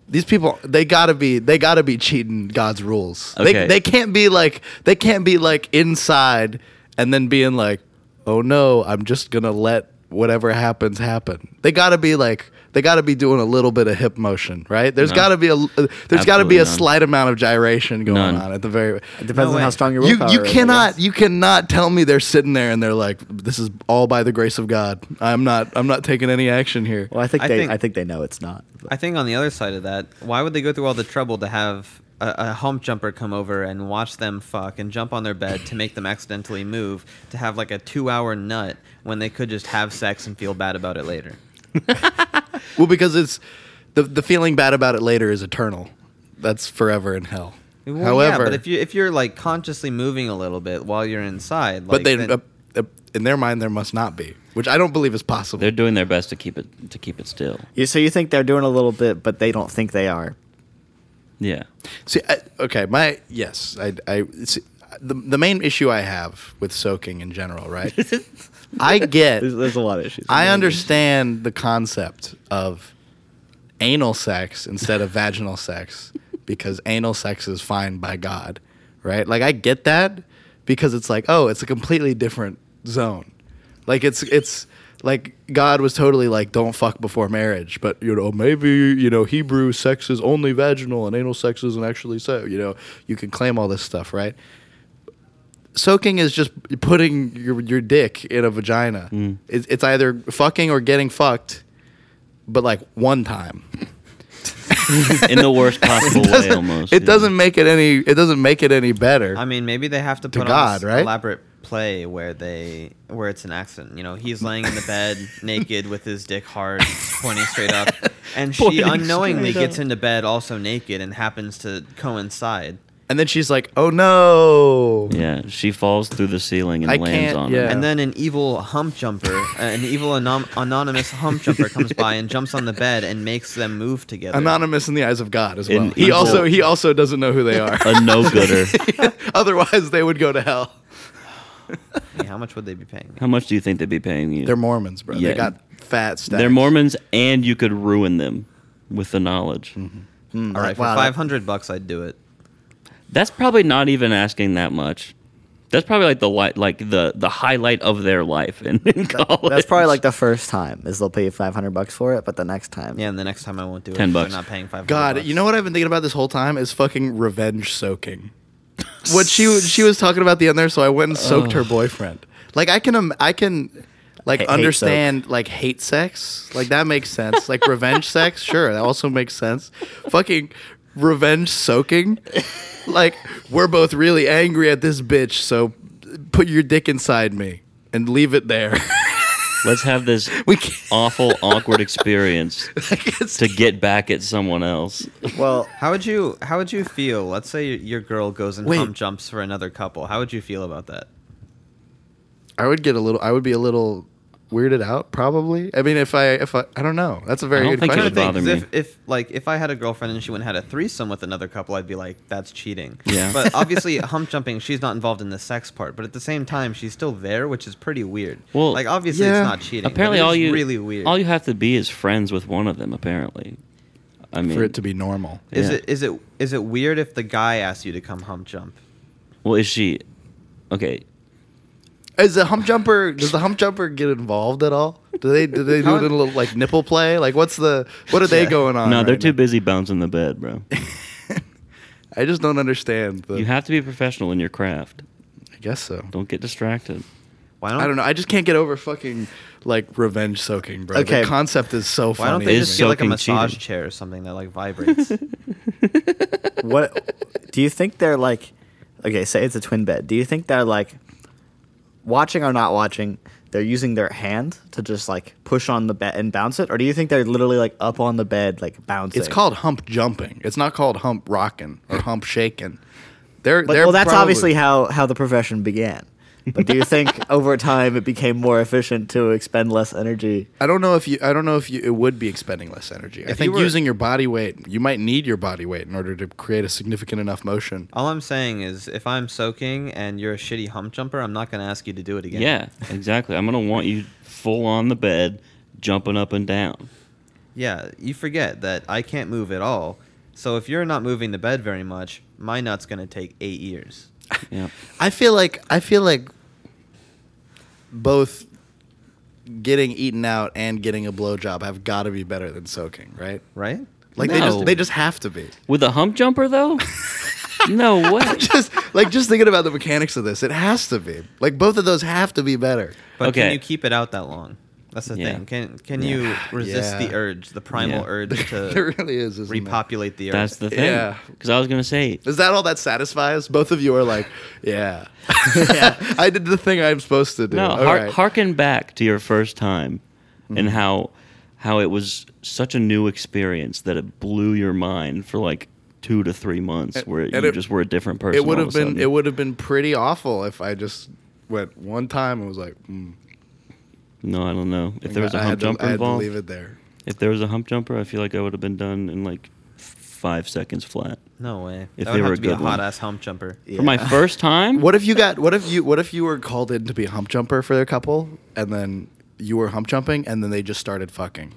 Speaker 3: These people, they gotta be, they gotta be cheating God's rules. They,
Speaker 6: Okay.
Speaker 3: they can't be like, they can't be like inside and then being like, oh no, I'm just gonna let whatever happens happen. They gotta be like, they gotta be doing a little bit of hip motion, right? There's
Speaker 6: No.
Speaker 3: gotta be a, uh, there's gotta be
Speaker 6: Absolutely
Speaker 3: a
Speaker 6: none.
Speaker 3: slight amount of gyration going
Speaker 6: None.
Speaker 3: on at the very.
Speaker 5: It depends
Speaker 4: No
Speaker 5: on how
Speaker 4: way.
Speaker 5: strong your
Speaker 3: You
Speaker 5: willpower
Speaker 3: you
Speaker 5: is, I
Speaker 3: cannot
Speaker 5: guess.
Speaker 3: you cannot tell me they're sitting there and they're like, this is all by the grace of God. I'm not I'm not taking any action here.
Speaker 5: Well, I think
Speaker 4: I
Speaker 5: they
Speaker 4: think-
Speaker 5: I think they know it's not.
Speaker 4: I think on the other side of that, why would they go through all the trouble to have a, a hump jumper come over and watch them fuck and jump on their bed to make them accidentally move to have like a two-hour nut when they could just have sex and feel bad about it later?
Speaker 3: Well, because it's the the feeling bad about it later is eternal. That's forever in hell.
Speaker 4: Well,
Speaker 3: However,
Speaker 4: yeah, but if you if you're like consciously moving a little bit while you're inside, like,
Speaker 3: but they
Speaker 4: then-
Speaker 3: uh, uh, in their mind there must not be, which I don't believe is possible.
Speaker 6: They're doing their best to keep it to keep it still.
Speaker 5: You, so you think they're doing a little bit, but they don't think they are.
Speaker 6: Yeah.
Speaker 3: See, I, okay, my yes, I, I see, uh, the the main issue I have with soaking in general, right? I get,
Speaker 5: There's, there's a lot of issues.
Speaker 3: I understand the concept of anal sex instead of vaginal sex because anal sex is fine by God, right? Like I get that because it's like, oh, it's a completely different zone. Like it's it's like God was totally like, don't fuck before marriage, but you know maybe you know Hebrew sex is only vaginal and anal sex isn't actually so. You know you can claim all this stuff, right? soaking is just putting your your dick in a vagina.
Speaker 6: Mm.
Speaker 3: It's, it's either fucking or getting fucked, but like one time.
Speaker 6: in the worst possible way almost.
Speaker 3: it
Speaker 6: yeah.
Speaker 3: doesn't make it any. It doesn't make it any better.
Speaker 4: I mean, maybe they have to put on
Speaker 3: God,
Speaker 4: this
Speaker 3: right?
Speaker 4: elaborate play where they where it's an accident. You know, he's laying in the bed naked with his dick hard, pointing straight up, and she
Speaker 3: Pointing
Speaker 4: unknowingly
Speaker 3: straight
Speaker 4: gets into bed also naked and happens to coincide.
Speaker 3: and then she's like, "Oh no!"
Speaker 6: Yeah, she falls through the ceiling and
Speaker 3: I
Speaker 6: lands
Speaker 3: can't-
Speaker 6: on
Speaker 3: yeah.
Speaker 6: it.
Speaker 4: And then an evil hump jumper, uh, an evil anom- anonymous hump jumper comes by and jumps on the bed and makes them move together.
Speaker 3: Anonymous in the eyes of God as well.
Speaker 6: In
Speaker 3: he
Speaker 6: evil-
Speaker 3: also he also doesn't know who they are.
Speaker 6: A no gooder.
Speaker 3: Otherwise, they would go to hell.
Speaker 4: Yeah, How much would they be paying? me?
Speaker 6: How much do you think they'd be paying you?
Speaker 3: They're Mormons, bro.
Speaker 6: Yeah.
Speaker 3: They got fat stacks.
Speaker 6: They're Mormons, and you could ruin them with the knowledge.
Speaker 4: All right, for
Speaker 5: wow, that-
Speaker 4: five hundred bucks, I'd do it.
Speaker 6: That's probably not even asking that much. That's probably like the li- like the the highlight of their life in, in college.
Speaker 5: That's probably like the first time is they'll pay you five hundred bucks for it, but the next time,
Speaker 4: Yeah, and the next time I won't do it.
Speaker 6: 10
Speaker 4: if they're
Speaker 6: bucks.
Speaker 4: Not paying five.
Speaker 3: God, you know what I've been thinking about this whole time is fucking revenge soaking. what she was- she was talking about the end there, so I went and soaked her boyfriend. Like I can im- I can like
Speaker 5: Ha- hate
Speaker 3: understand like hate sex, like that makes sense. like revenge sex, sure, that also makes sense. Fucking revenge soaking, like we're both really angry at this bitch, so put your dick inside me and leave it there.
Speaker 6: Let's have this
Speaker 3: we can't,
Speaker 6: awful, awkward experience
Speaker 3: like, it's-
Speaker 6: to get back at someone else.
Speaker 5: Well,
Speaker 4: How would you How would you feel? Let's say your- your girl goes and
Speaker 3: Wait.
Speaker 4: hump jumps for another couple. How would you feel about that?
Speaker 3: I would get a little. I would be a little weirded out, probably. I mean, if I if I I don't know. That's a very
Speaker 6: I don't
Speaker 3: good
Speaker 6: think it
Speaker 3: question.
Speaker 6: would bother
Speaker 4: 'Cause
Speaker 6: me.
Speaker 4: If, if like if I had a girlfriend and she went and had a threesome with another couple, I'd be like, that's cheating.
Speaker 6: Yeah.
Speaker 4: But obviously, hump jumping, she's not involved in the sex part. But at the same time, she's still there, which is pretty weird.
Speaker 6: Well,
Speaker 4: like obviously,
Speaker 3: yeah.
Speaker 4: it's not cheating. but
Speaker 6: Apparently,
Speaker 4: it
Speaker 6: all
Speaker 4: is
Speaker 6: you
Speaker 4: really weird.
Speaker 6: all you have to be is friends with one of them. Apparently, I mean,
Speaker 3: for it to be normal.
Speaker 4: is
Speaker 6: yeah.
Speaker 4: it is it is it weird if the guy asks you to come hump jump?
Speaker 6: well, is she okay?
Speaker 3: Is the hump jumper? Does the hump jumper get involved at all? Do they do they do
Speaker 4: How-
Speaker 3: a little like nipple play? Like what's the what are they going on?
Speaker 6: No, they're
Speaker 3: right
Speaker 6: too
Speaker 3: now?
Speaker 6: busy bouncing the bed, bro.
Speaker 3: I just don't understand. The,
Speaker 6: you have to be professional in your craft.
Speaker 3: I guess so.
Speaker 6: Don't get distracted.
Speaker 4: Why
Speaker 3: I don't know. I just can't get over fucking like revenge soaking, bro.
Speaker 5: Okay.
Speaker 3: The concept is so funny.
Speaker 4: Why don't they
Speaker 6: It
Speaker 4: just
Speaker 6: is
Speaker 4: get like a
Speaker 6: soaking
Speaker 4: massage
Speaker 6: cheating.
Speaker 4: chair or something that like vibrates?
Speaker 5: what do you think they're like? Okay, say it's a twin bed. Do you think they're like watching or not watching? They're using their hand to just like push on the bed and bounce it, or do you think they're literally like up on the bed like bouncing?
Speaker 3: it's called hump jumping. It's not called hump rocking or hump shaking. They're,
Speaker 5: But,
Speaker 3: they're
Speaker 5: well, that's
Speaker 3: probably-
Speaker 5: obviously how how the profession began. But do you think over time it became more efficient to expend less energy?
Speaker 3: I don't know if you. I don't know if you. It would be expending less energy. I
Speaker 4: If
Speaker 3: think
Speaker 4: you were-
Speaker 3: using your body weight. You might need your body weight in order to create a significant enough motion.
Speaker 4: All I'm saying is, if I'm soaking and you're a shitty hump jumper, I'm not going to ask you to do it again.
Speaker 6: Yeah, exactly. I'm gonna want you full on the bed, jumping up and down.
Speaker 4: Yeah. You forget that I can't move at all. So if you're not moving the bed very much, my nut's going to take eight years.
Speaker 6: Yeah.
Speaker 3: I feel like. I feel like. Both. Getting eaten out and getting a blowjob have got to be better than soaking, right?
Speaker 4: Right?
Speaker 3: Like they just
Speaker 6: No.
Speaker 3: they just have to be.
Speaker 6: With a hump jumper though? no way.
Speaker 3: Just like just thinking about the mechanics of this, it has to be. Like both of those have to be better.
Speaker 4: But can
Speaker 6: Okay.
Speaker 4: you keep it out that long? That's the
Speaker 6: Yeah.
Speaker 4: thing. Can can
Speaker 6: Yeah.
Speaker 4: you resist
Speaker 3: Yeah.
Speaker 4: the urge, the primal
Speaker 6: Yeah.
Speaker 4: urge
Speaker 3: there
Speaker 4: to
Speaker 3: really is. Isn't there?
Speaker 4: repopulate the earth?
Speaker 6: That's the thing.
Speaker 3: Yeah.
Speaker 6: Because I was gonna say
Speaker 3: Is that all that satisfies? Both of you are like, yeah. I did the thing I'm supposed to do.
Speaker 6: no.
Speaker 3: All
Speaker 6: har-
Speaker 3: right.
Speaker 6: Harken back to your first time,
Speaker 3: Mm-hmm.
Speaker 6: and how how it was such a new experience that it blew your mind for like two to three months, where
Speaker 3: and
Speaker 6: you
Speaker 3: it-
Speaker 6: just were a different person.
Speaker 3: it would
Speaker 6: all
Speaker 3: have
Speaker 6: of a
Speaker 3: been
Speaker 6: sudden.
Speaker 3: it would have been pretty awful if I just went one time and was like, mm,
Speaker 6: No, I don't know. If there was a
Speaker 3: I had
Speaker 6: hump
Speaker 3: to-
Speaker 6: jumper
Speaker 3: I had to
Speaker 6: involved,
Speaker 3: leave it there.
Speaker 6: if there was a hump jumper, I feel like I would have been done in like f- five seconds flat.
Speaker 4: no way.
Speaker 6: If
Speaker 4: that
Speaker 6: they
Speaker 4: would
Speaker 6: were
Speaker 4: have
Speaker 6: a
Speaker 4: to be a
Speaker 6: good one.
Speaker 4: hot ass hump jumper.
Speaker 5: Yeah.
Speaker 6: For my first time,
Speaker 3: What if you got? What if you? What if you were called in to be a hump jumper for a couple, and then you were hump jumping, and then they just started fucking?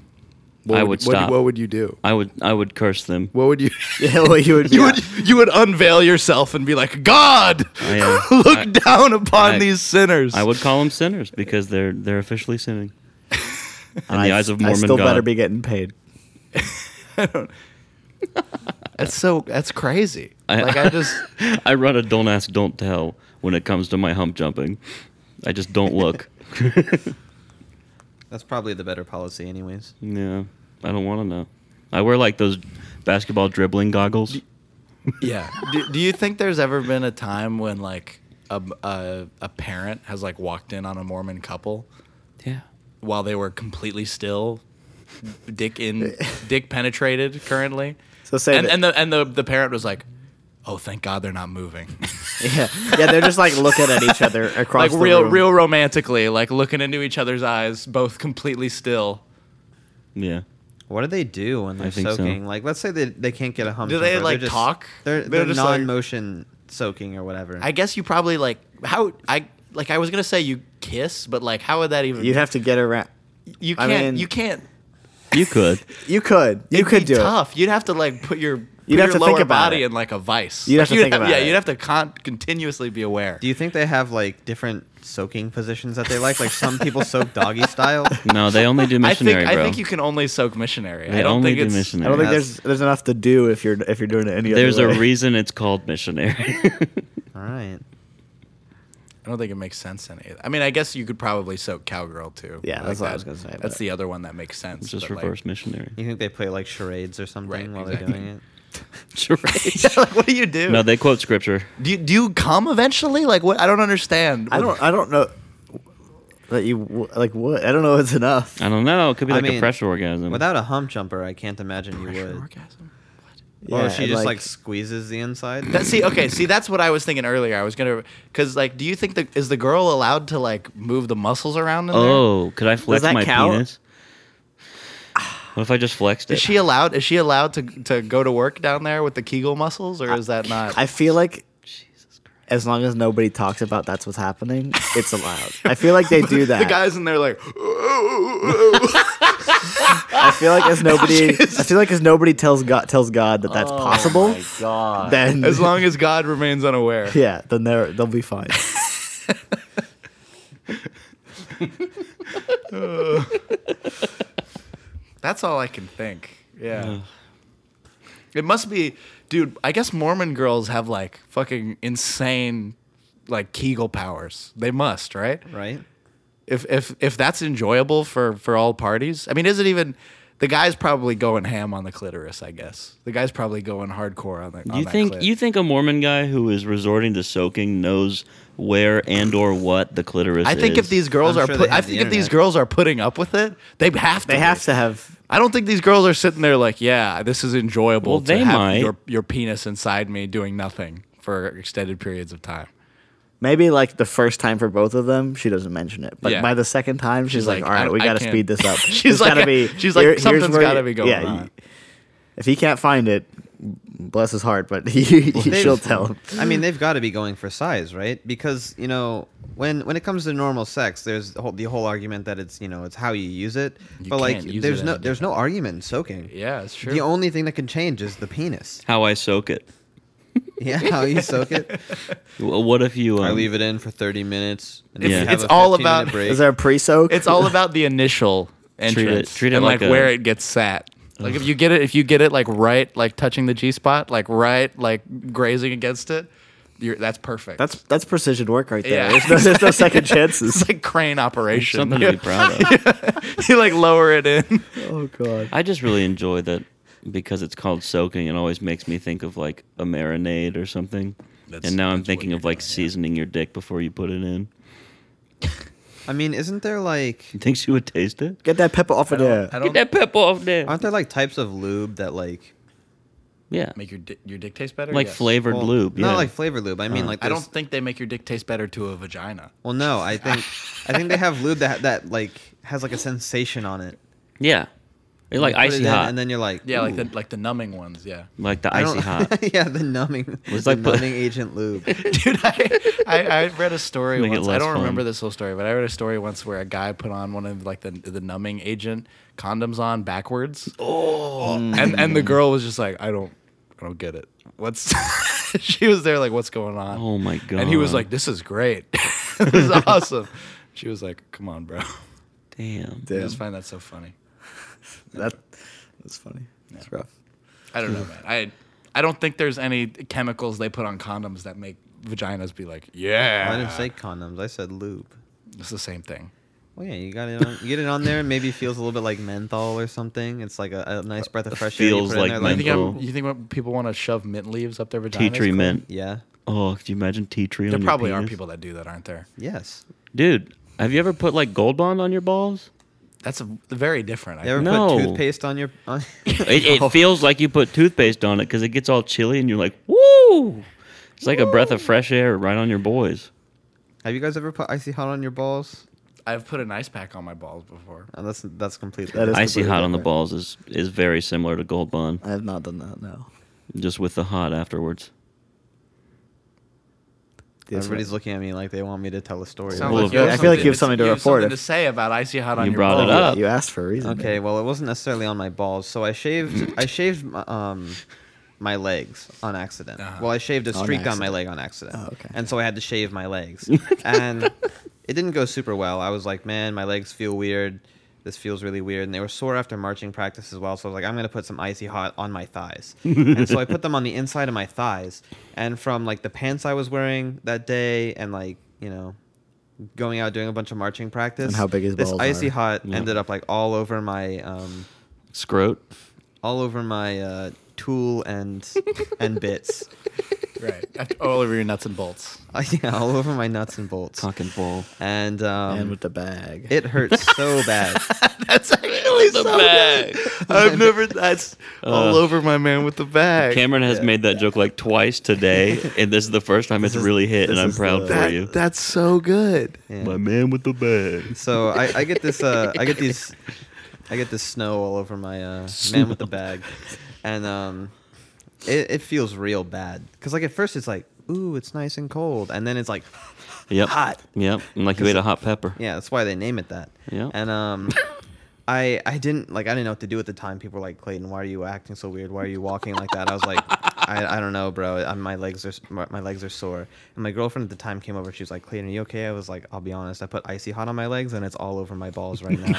Speaker 3: What
Speaker 6: I would
Speaker 3: what-
Speaker 6: stop.
Speaker 3: What, would you do?
Speaker 6: I would I would curse them.
Speaker 3: What would you?
Speaker 5: Yeah, well, you would.
Speaker 3: You
Speaker 5: yeah.
Speaker 3: would you would unveil yourself and be like, God,
Speaker 6: I, uh,
Speaker 3: look
Speaker 6: I-
Speaker 3: down upon
Speaker 6: I-
Speaker 3: these sinners.
Speaker 6: I would call them sinners because they're they're officially sinning. In the
Speaker 5: And I-
Speaker 6: eyes of Mormon
Speaker 5: I still
Speaker 6: God.
Speaker 5: better be getting paid.
Speaker 3: That's so. That's crazy.
Speaker 6: I-
Speaker 3: like I just.
Speaker 6: I run a don't ask, don't tell when it comes to my hump jumping. I just don't look.
Speaker 4: That's probably the better policy, anyways.
Speaker 6: yeah, I don't want to know. I wear like those basketball dribbling goggles.
Speaker 7: Yeah. do, do you think there's ever been a time when like a, a a parent has like walked in on a Mormon couple
Speaker 6: Yeah.
Speaker 7: while they were completely still, dick in, dick penetrated currently,
Speaker 5: So say
Speaker 7: and,
Speaker 5: that-
Speaker 7: and the and the the parent was like, "Oh, thank God they're not moving."
Speaker 5: Yeah, yeah, they're just like looking at each other across
Speaker 7: like
Speaker 5: the
Speaker 7: real
Speaker 5: room.
Speaker 7: real romantically, like looking into each other's eyes, both completely still.
Speaker 6: Yeah.
Speaker 4: What do they do when they're
Speaker 6: think so.
Speaker 4: soaking? Like, let's say they, they can't get a hump.
Speaker 7: Do
Speaker 4: jumper.
Speaker 7: they,
Speaker 4: They're
Speaker 7: like,
Speaker 4: just-
Speaker 7: talk?
Speaker 4: They're,
Speaker 7: They're
Speaker 4: they're,
Speaker 7: just like-
Speaker 4: non-motion soaking or whatever.
Speaker 7: I guess you probably like how I like I was gonna say you kiss, but like how would that even?
Speaker 5: You'd have to get around.
Speaker 7: you
Speaker 5: I
Speaker 7: can't.
Speaker 5: mean-
Speaker 7: you can't.
Speaker 6: You could.
Speaker 5: You could, you
Speaker 7: It'd
Speaker 5: could
Speaker 7: be
Speaker 5: do
Speaker 7: tough. You'd have to like put your
Speaker 5: You'd
Speaker 7: put
Speaker 5: have to
Speaker 7: your lower
Speaker 5: think about
Speaker 7: body
Speaker 5: it.
Speaker 7: in like a vice.
Speaker 5: You'd
Speaker 7: Like,
Speaker 5: have to think about
Speaker 7: yeah,
Speaker 5: it.
Speaker 7: you'd have to con- continuously be aware.
Speaker 4: do you think they have like different soaking positions that they like? Like some people soak doggy style.
Speaker 6: No, they only do
Speaker 7: I think
Speaker 6: missionary,
Speaker 7: I
Speaker 6: bro.
Speaker 7: think you can only soak missionary.
Speaker 6: they
Speaker 7: I don't
Speaker 6: only
Speaker 7: think
Speaker 6: do
Speaker 7: it's
Speaker 5: it. I
Speaker 6: missionary.
Speaker 5: don't think
Speaker 4: That's-
Speaker 5: there's there's enough to do if you're if you're doing it any
Speaker 6: There's
Speaker 5: other
Speaker 6: a
Speaker 5: way.
Speaker 6: reason it's called missionary.
Speaker 4: All right.
Speaker 7: I don't think it makes sense any. I mean, I guess you could probably soak cowgirl too.
Speaker 5: Yeah,
Speaker 7: Like
Speaker 5: that's what I was
Speaker 7: that-
Speaker 5: gonna say,
Speaker 7: That's
Speaker 5: but-
Speaker 7: the other one that makes sense.
Speaker 6: just
Speaker 7: but, like,
Speaker 6: reverse missionary.
Speaker 4: You think they play like charades or something
Speaker 7: Right,
Speaker 4: while
Speaker 7: exactly.
Speaker 4: they're doing it?
Speaker 7: like, what do you do?
Speaker 6: No, they quote scripture.
Speaker 7: do you, do you come eventually? Like what? I don't understand.
Speaker 5: I
Speaker 7: What-
Speaker 5: don't I don't know that you w- like what I don't know. It's enough.
Speaker 6: I don't know. It could be
Speaker 4: I
Speaker 6: like a
Speaker 4: mean,
Speaker 6: pressure orgasm.
Speaker 4: Without a hump jumper, I can't imagine you
Speaker 7: Pressure
Speaker 4: would.
Speaker 7: orgasm?
Speaker 4: Or
Speaker 5: Yeah,
Speaker 4: she
Speaker 5: and,
Speaker 4: just like, squeezes the inside.
Speaker 7: That, see, okay, see, that's what I was thinking earlier. I was gonna, cause like, do you think the is the girl allowed to like move the muscles around? In there?
Speaker 6: oh, could I flex
Speaker 5: that
Speaker 6: my
Speaker 5: count?
Speaker 6: penis? What if I just flexed it?
Speaker 7: Is she allowed? Is she allowed to to go to work down there with the Kegel muscles, or is that not?
Speaker 5: I feel like as long as nobody talks about that's what's happening, it's allowed. I feel like they do
Speaker 7: the
Speaker 5: that.
Speaker 7: guys in there like,
Speaker 5: I feel like as nobody, I feel like as nobody tells God tells God that that's possible, then
Speaker 7: as long as God remains unaware.
Speaker 5: yeah, then they're they'll be fine.
Speaker 7: That's all I can think. Yeah. It must be, dude. I guess Mormon girls have like fucking insane, like Kegel powers. They must, right?
Speaker 4: right?
Speaker 7: if if if that's enjoyable for for all parties. I mean, is it even? The guy's probably going ham on the clitoris, I guess. The guy's probably going hardcore on the. on
Speaker 6: you
Speaker 7: that
Speaker 6: think
Speaker 7: clit.
Speaker 6: you think a Mormon guy who is resorting to soaking knows where and or what the clitoris
Speaker 7: I
Speaker 6: is?
Speaker 7: think if these girls
Speaker 4: I'm
Speaker 7: are,
Speaker 4: sure
Speaker 7: put,
Speaker 4: they
Speaker 7: I
Speaker 4: have the
Speaker 7: think if these
Speaker 4: internet.
Speaker 7: girls are putting up with it, they have to.
Speaker 5: They
Speaker 7: be.
Speaker 5: have to have.
Speaker 7: I don't think these girls are sitting there like, yeah, this is enjoyable.
Speaker 6: Well,
Speaker 7: to
Speaker 6: they
Speaker 7: have
Speaker 6: might.
Speaker 7: Your, your penis inside me doing nothing for extended periods of time.
Speaker 5: Maybe like the first time for both of them, she doesn't mention it. But
Speaker 7: Yeah.
Speaker 5: by the second time, she's,
Speaker 7: She's
Speaker 5: like,
Speaker 7: like,
Speaker 5: "All right,
Speaker 7: I-
Speaker 5: we
Speaker 7: I
Speaker 5: got to
Speaker 7: can't."
Speaker 5: speed this up."
Speaker 7: She's
Speaker 5: It's
Speaker 7: like,
Speaker 5: gotta be-
Speaker 7: she's like,
Speaker 5: here- here's
Speaker 7: "Something's
Speaker 5: where you-
Speaker 7: gotta be going
Speaker 5: yeah,
Speaker 7: on."
Speaker 5: you- If he can't find it, bless his heart, but he, he- she'll tell him.
Speaker 4: I mean, they've got to be going for size, right? Because you know, when when it comes to normal sex, there's the whole, the whole argument that it's you know it's how you use it.
Speaker 7: You
Speaker 4: but like,
Speaker 7: can't use
Speaker 4: there's
Speaker 7: it
Speaker 4: no
Speaker 7: any
Speaker 4: there's no argument in soaking.
Speaker 7: Yeah, it's true.
Speaker 4: The only thing that can change is the penis.
Speaker 6: how I soak it.
Speaker 4: Yeah, how you soak it.
Speaker 6: W- What if you? Um,
Speaker 4: I leave it in for 30 minutes. And if
Speaker 6: It's-
Speaker 4: you have
Speaker 7: it's
Speaker 4: a 15
Speaker 7: all
Speaker 4: minute
Speaker 7: about-
Speaker 4: break,
Speaker 5: Is there a pre-soak?
Speaker 7: It's all about the initial
Speaker 6: Treat it-
Speaker 7: entrance
Speaker 6: treat it
Speaker 7: and like,
Speaker 6: like a-
Speaker 7: where it gets sat. Like if you get it, if you get it like right, like touching the G spot, like right, like grazing against it, you're, that's perfect.
Speaker 5: that's that's precision work right there.
Speaker 7: Yeah.
Speaker 5: There's, no, there's no second chances.
Speaker 7: it's like crane
Speaker 6: It's
Speaker 7: operation.
Speaker 6: something to be proud of.
Speaker 7: you like lower it in.
Speaker 5: oh god.
Speaker 6: I just really enjoy that because it's called soaking. It always makes me think of like a marinade or something.
Speaker 7: That's-
Speaker 6: and now I'm
Speaker 7: that's what
Speaker 6: thinking
Speaker 7: you're
Speaker 6: of like
Speaker 7: doing, yeah.
Speaker 6: seasoning your dick before you put it in.
Speaker 4: I mean, isn't there like
Speaker 6: You think she would taste it?
Speaker 5: Get that pepper off of there.
Speaker 7: I
Speaker 6: Get
Speaker 7: don't
Speaker 6: that pepper off there.
Speaker 4: aren't there like types of lube that like
Speaker 6: yeah,
Speaker 7: make your di- your dick taste better.
Speaker 6: like
Speaker 7: Yes.
Speaker 6: flavored
Speaker 4: well,
Speaker 6: lube.
Speaker 4: Not
Speaker 6: yeah.
Speaker 4: like flavored lube. I mean, like
Speaker 7: Uh, I
Speaker 4: there's-
Speaker 7: don't think they make your dick taste better to a vagina.
Speaker 4: Well, no, I think I think they have lube that that like has like a sensation on it.
Speaker 6: yeah, it's like
Speaker 4: You put it
Speaker 6: icy
Speaker 4: in,
Speaker 6: hot.
Speaker 4: and then you're like,
Speaker 7: Yeah, like the
Speaker 6: Ooh.
Speaker 7: like the numbing ones. Yeah,
Speaker 6: like the
Speaker 4: I
Speaker 6: icy
Speaker 4: don't-
Speaker 6: hot.
Speaker 4: yeah, the numbing.
Speaker 6: It's
Speaker 4: the
Speaker 6: like put-
Speaker 4: numbing agent lube.
Speaker 7: dude. I, I, I read a story
Speaker 6: Make it
Speaker 7: once. I
Speaker 6: less
Speaker 7: don't
Speaker 6: fun.
Speaker 7: remember this whole story, but I read a story once where a guy put on one of like the the numbing agent condoms on backwards. Oh, and and the
Speaker 6: Mm.
Speaker 7: girl was just like, I don't, I don't get it. What's she was there like, what's going on?
Speaker 6: Oh my god.
Speaker 7: And he was like, this is great. this is awesome. She was like, come on, bro.
Speaker 6: damn.
Speaker 7: I
Speaker 5: Damn.
Speaker 7: just find that so funny.
Speaker 5: That, that's funny. That's rough.
Speaker 7: I don't know, man. I I don't think there's any chemicals they put on condoms that make vaginas be like,
Speaker 4: I
Speaker 7: yeah,
Speaker 4: didn't say condoms. I said lube.
Speaker 7: it's the same thing.
Speaker 4: Well, yeah, you got it. On, you get it on there, and maybe it feels a little bit like menthol or something. It's like a, a nice breath of fresh air. You
Speaker 6: feels
Speaker 4: put it in
Speaker 6: like
Speaker 4: there,
Speaker 7: You think, I'm,
Speaker 6: Cool.
Speaker 7: you think what people want to shove mint leaves up their vaginas?
Speaker 6: Tea tree
Speaker 7: Cool.
Speaker 6: mint.
Speaker 4: yeah.
Speaker 6: Oh, could you imagine tea tree?
Speaker 7: There
Speaker 6: on your
Speaker 7: probably are
Speaker 6: penis?
Speaker 7: people that do that, aren't there?
Speaker 4: Yes.
Speaker 6: Dude, have you ever put like gold bond on your balls?
Speaker 7: That's a, very different. I
Speaker 4: You ever
Speaker 6: No.
Speaker 4: put toothpaste on your? On,
Speaker 6: It, it feels like you put toothpaste on it because it gets all chilly and you're like, woo! It's like a breath of fresh air right on your boys.
Speaker 4: have you guys ever put icy hot on your balls?
Speaker 7: I've put an ice pack on my balls before.
Speaker 4: Oh, that's that's completely.
Speaker 5: That is- It's
Speaker 6: Icy
Speaker 5: completely
Speaker 6: hot on the
Speaker 5: different.
Speaker 6: balls is, is very similar to gold bond,
Speaker 5: I have not done that. No.
Speaker 6: just with the hot afterwards.
Speaker 5: Yes,
Speaker 4: Everybody's
Speaker 5: right.
Speaker 4: looking at me like they want me to tell a story.
Speaker 6: Well,
Speaker 7: you
Speaker 6: I
Speaker 7: have
Speaker 5: feel like you have something to
Speaker 7: you
Speaker 5: report
Speaker 7: something
Speaker 5: if-
Speaker 7: to say about icy hot on
Speaker 6: You
Speaker 7: your
Speaker 6: brought it
Speaker 7: balls.
Speaker 6: up.
Speaker 5: You asked for a reason.
Speaker 4: Okay, well, it wasn't necessarily on my balls, so I shaved. I shaved my, um, my legs on accident. Well, I shaved a
Speaker 5: On
Speaker 4: streak on my
Speaker 5: accident.
Speaker 4: leg on accident,
Speaker 5: Oh, okay.
Speaker 4: and so I had to shave my legs, and it didn't go super well. I was like, man, my legs feel weird. This feels really weird, and they were sore after marching practice as well. So I was like, I'm gonna put some icy hot on my thighs, and so I put them on the inside of my thighs, and from like the pants I was wearing that day, and like you know, going out doing a bunch of marching practice,
Speaker 5: how big his
Speaker 4: this
Speaker 5: balls
Speaker 4: icy
Speaker 5: are.
Speaker 4: hot ended up like all over my um,
Speaker 6: Scrote.
Speaker 4: all over my uh, tool and and bits.
Speaker 7: Right. After all over your nuts and bolts.
Speaker 4: Uh, yeah, all over my nuts and bolts.
Speaker 6: Cock and ball.
Speaker 4: And um,
Speaker 5: and with the bag.
Speaker 4: it hurts so bad.
Speaker 3: That's actually the bag. I've never. That's
Speaker 4: Oh,
Speaker 3: all over my man with the bag.
Speaker 6: Cameron has made that joke like twice today, and this is the first time it's really hit, and I'm proud for
Speaker 3: That-
Speaker 6: you.
Speaker 3: That's so good.
Speaker 4: Yeah.
Speaker 6: My man with the bag.
Speaker 4: So I, I get this uh, I get these I get this snow all over my uh, man with the bag, and um, it, it feels real bad because like at first it's like ooh it's nice and cold, and then it's like
Speaker 6: Yep.
Speaker 4: Hot.
Speaker 6: Yep. And like you ate a hot pepper.
Speaker 4: Yeah, that's why they name it that.
Speaker 6: Yeah.
Speaker 4: And um, I I didn't like I didn't know what to do at the time. People were like, Clayton, why are you acting so weird? Why are you walking like that? I was like, I, I don't know, bro. I, my legs are s- my, my legs are sore. And my girlfriend at the time came over. She was like, Clayton, are you okay? I was like, I'll be honest. I put icy hot on my legs, and it's all over my balls right now.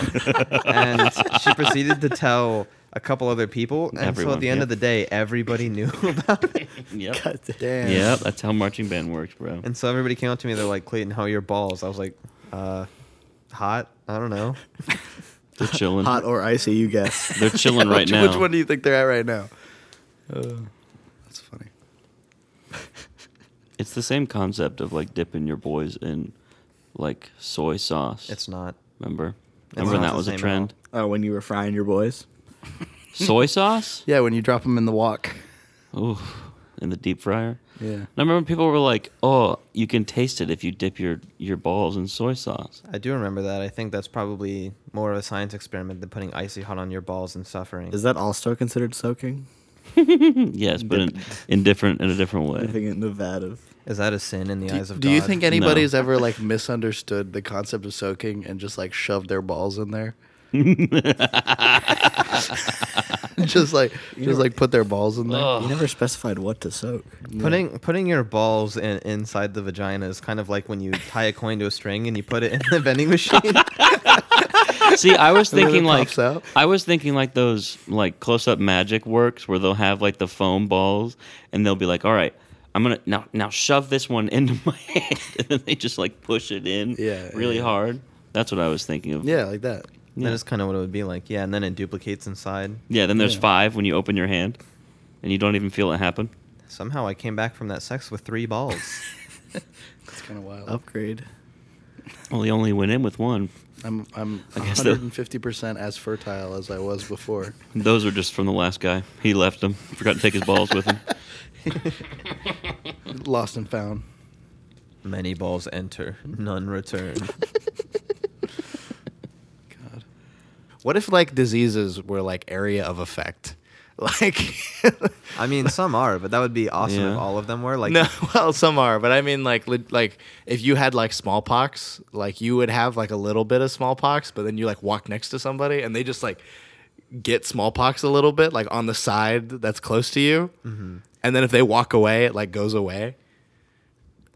Speaker 4: and she proceeded to tell. A couple other people, and so
Speaker 6: Everyone,
Speaker 4: at the end
Speaker 6: yeah.
Speaker 4: of the day, everybody knew about it.
Speaker 6: Yep.
Speaker 5: God damn.
Speaker 6: Yep. That's how marching band works, bro.
Speaker 4: And so everybody came up to me. They're like, "Clayton, how are your balls?" I was like, "Uh, hot. I don't know."
Speaker 6: They're chilling.
Speaker 5: Hot or icy, you guess.
Speaker 6: They're chilling right
Speaker 7: which,
Speaker 6: now.
Speaker 7: Which one do you think they're at right now? Uh, that's funny.
Speaker 6: It's the same concept of like dipping your boys in like soy sauce.
Speaker 4: It's not.
Speaker 6: remember.
Speaker 4: it's
Speaker 6: Remember when
Speaker 4: not
Speaker 6: that
Speaker 4: the
Speaker 6: was a
Speaker 4: same at
Speaker 6: trend.
Speaker 5: oh, when you were frying your boys.
Speaker 6: soy sauce.
Speaker 7: Yeah, when you drop them in the walk.
Speaker 6: Ooh, in the deep fryer.
Speaker 7: Yeah.
Speaker 6: And I remember people were like, "Oh, you can taste it if you dip your your balls in soy sauce."
Speaker 4: I do remember that. I think that's probably more of a science experiment than putting icy hot on your balls and suffering.
Speaker 5: Is that also considered soaking?
Speaker 6: Yes, but in, in different in a different
Speaker 5: I
Speaker 6: way.
Speaker 5: think in Nevada.
Speaker 4: Is that a sin in the eyes of
Speaker 7: Do
Speaker 4: God?
Speaker 7: you think anybody
Speaker 6: No.
Speaker 7: has ever like misunderstood the concept of soaking and just like shoved their balls in there? just like just like put their balls in there.
Speaker 6: Oh.
Speaker 5: You never specified what to soak.
Speaker 4: putting putting your balls in, inside the vagina is kind of like when you tie a coin to a string and you put it in the vending machine?
Speaker 6: See, I was
Speaker 7: And then it
Speaker 6: thinking like
Speaker 7: pops out.
Speaker 6: I was thinking like those like close up magic works where they'll have like the foam balls and they'll be like, "All right, I'm gonna now now shove this one into my hand," and then they just like push it in
Speaker 7: Yeah,
Speaker 6: really
Speaker 7: yeah.
Speaker 6: hard. That's what I was thinking of.
Speaker 7: Yeah, like that.
Speaker 4: That is kind of what it would be like. Yeah, and then it duplicates inside.
Speaker 6: Yeah, then there's five when you open your hand, and you don't even feel it happen.
Speaker 4: Somehow I came back from that sex with three balls.
Speaker 7: It's kind of wild.
Speaker 5: Upgrade.
Speaker 6: Well, he only went in with one.
Speaker 7: I'm I'm
Speaker 6: guess the-
Speaker 7: 150% as fertile as I was before.
Speaker 6: Those are just from the last guy. He left them. Forgot to take his balls with him.
Speaker 7: Lost and found.
Speaker 4: Many balls enter, none return.
Speaker 7: God. What if like diseases were like area of effect? Like
Speaker 4: I mean, some are, but that would be awesome
Speaker 6: Yeah.
Speaker 4: if all of them were. Like,
Speaker 7: no, well, some are, but I mean, like, li- like if you had like smallpox, like you would have like a little bit of smallpox, but then you like walk next to somebody and they just like get smallpox a little bit, like on the side that's close to you, and then if they walk away, it like goes away.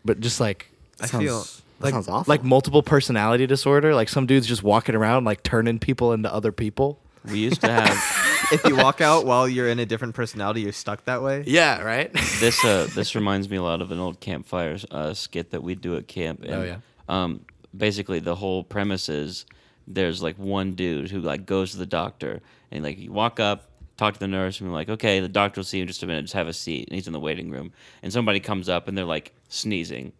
Speaker 7: But just like
Speaker 4: I
Speaker 5: Sounds-
Speaker 4: feel
Speaker 5: that sounds awful.
Speaker 7: like multiple personality disorder, like some dudes just walking around like turning people into other people.
Speaker 6: We used to have
Speaker 4: if you walk out while you're in a different personality, you're stuck that way.
Speaker 7: Yeah, right.
Speaker 6: this. Uh, this reminds me a lot of an old campfire uh, skit that we do at camp. And,
Speaker 7: Oh, yeah.
Speaker 6: Um, basically, the whole premise is there's like one dude who like goes to the doctor and like you walk up, talk to the nurse, and be like, okay, the doctor will see you in just a minute. Just have a seat. And he's in the waiting room, and somebody comes up and they're like sneezing,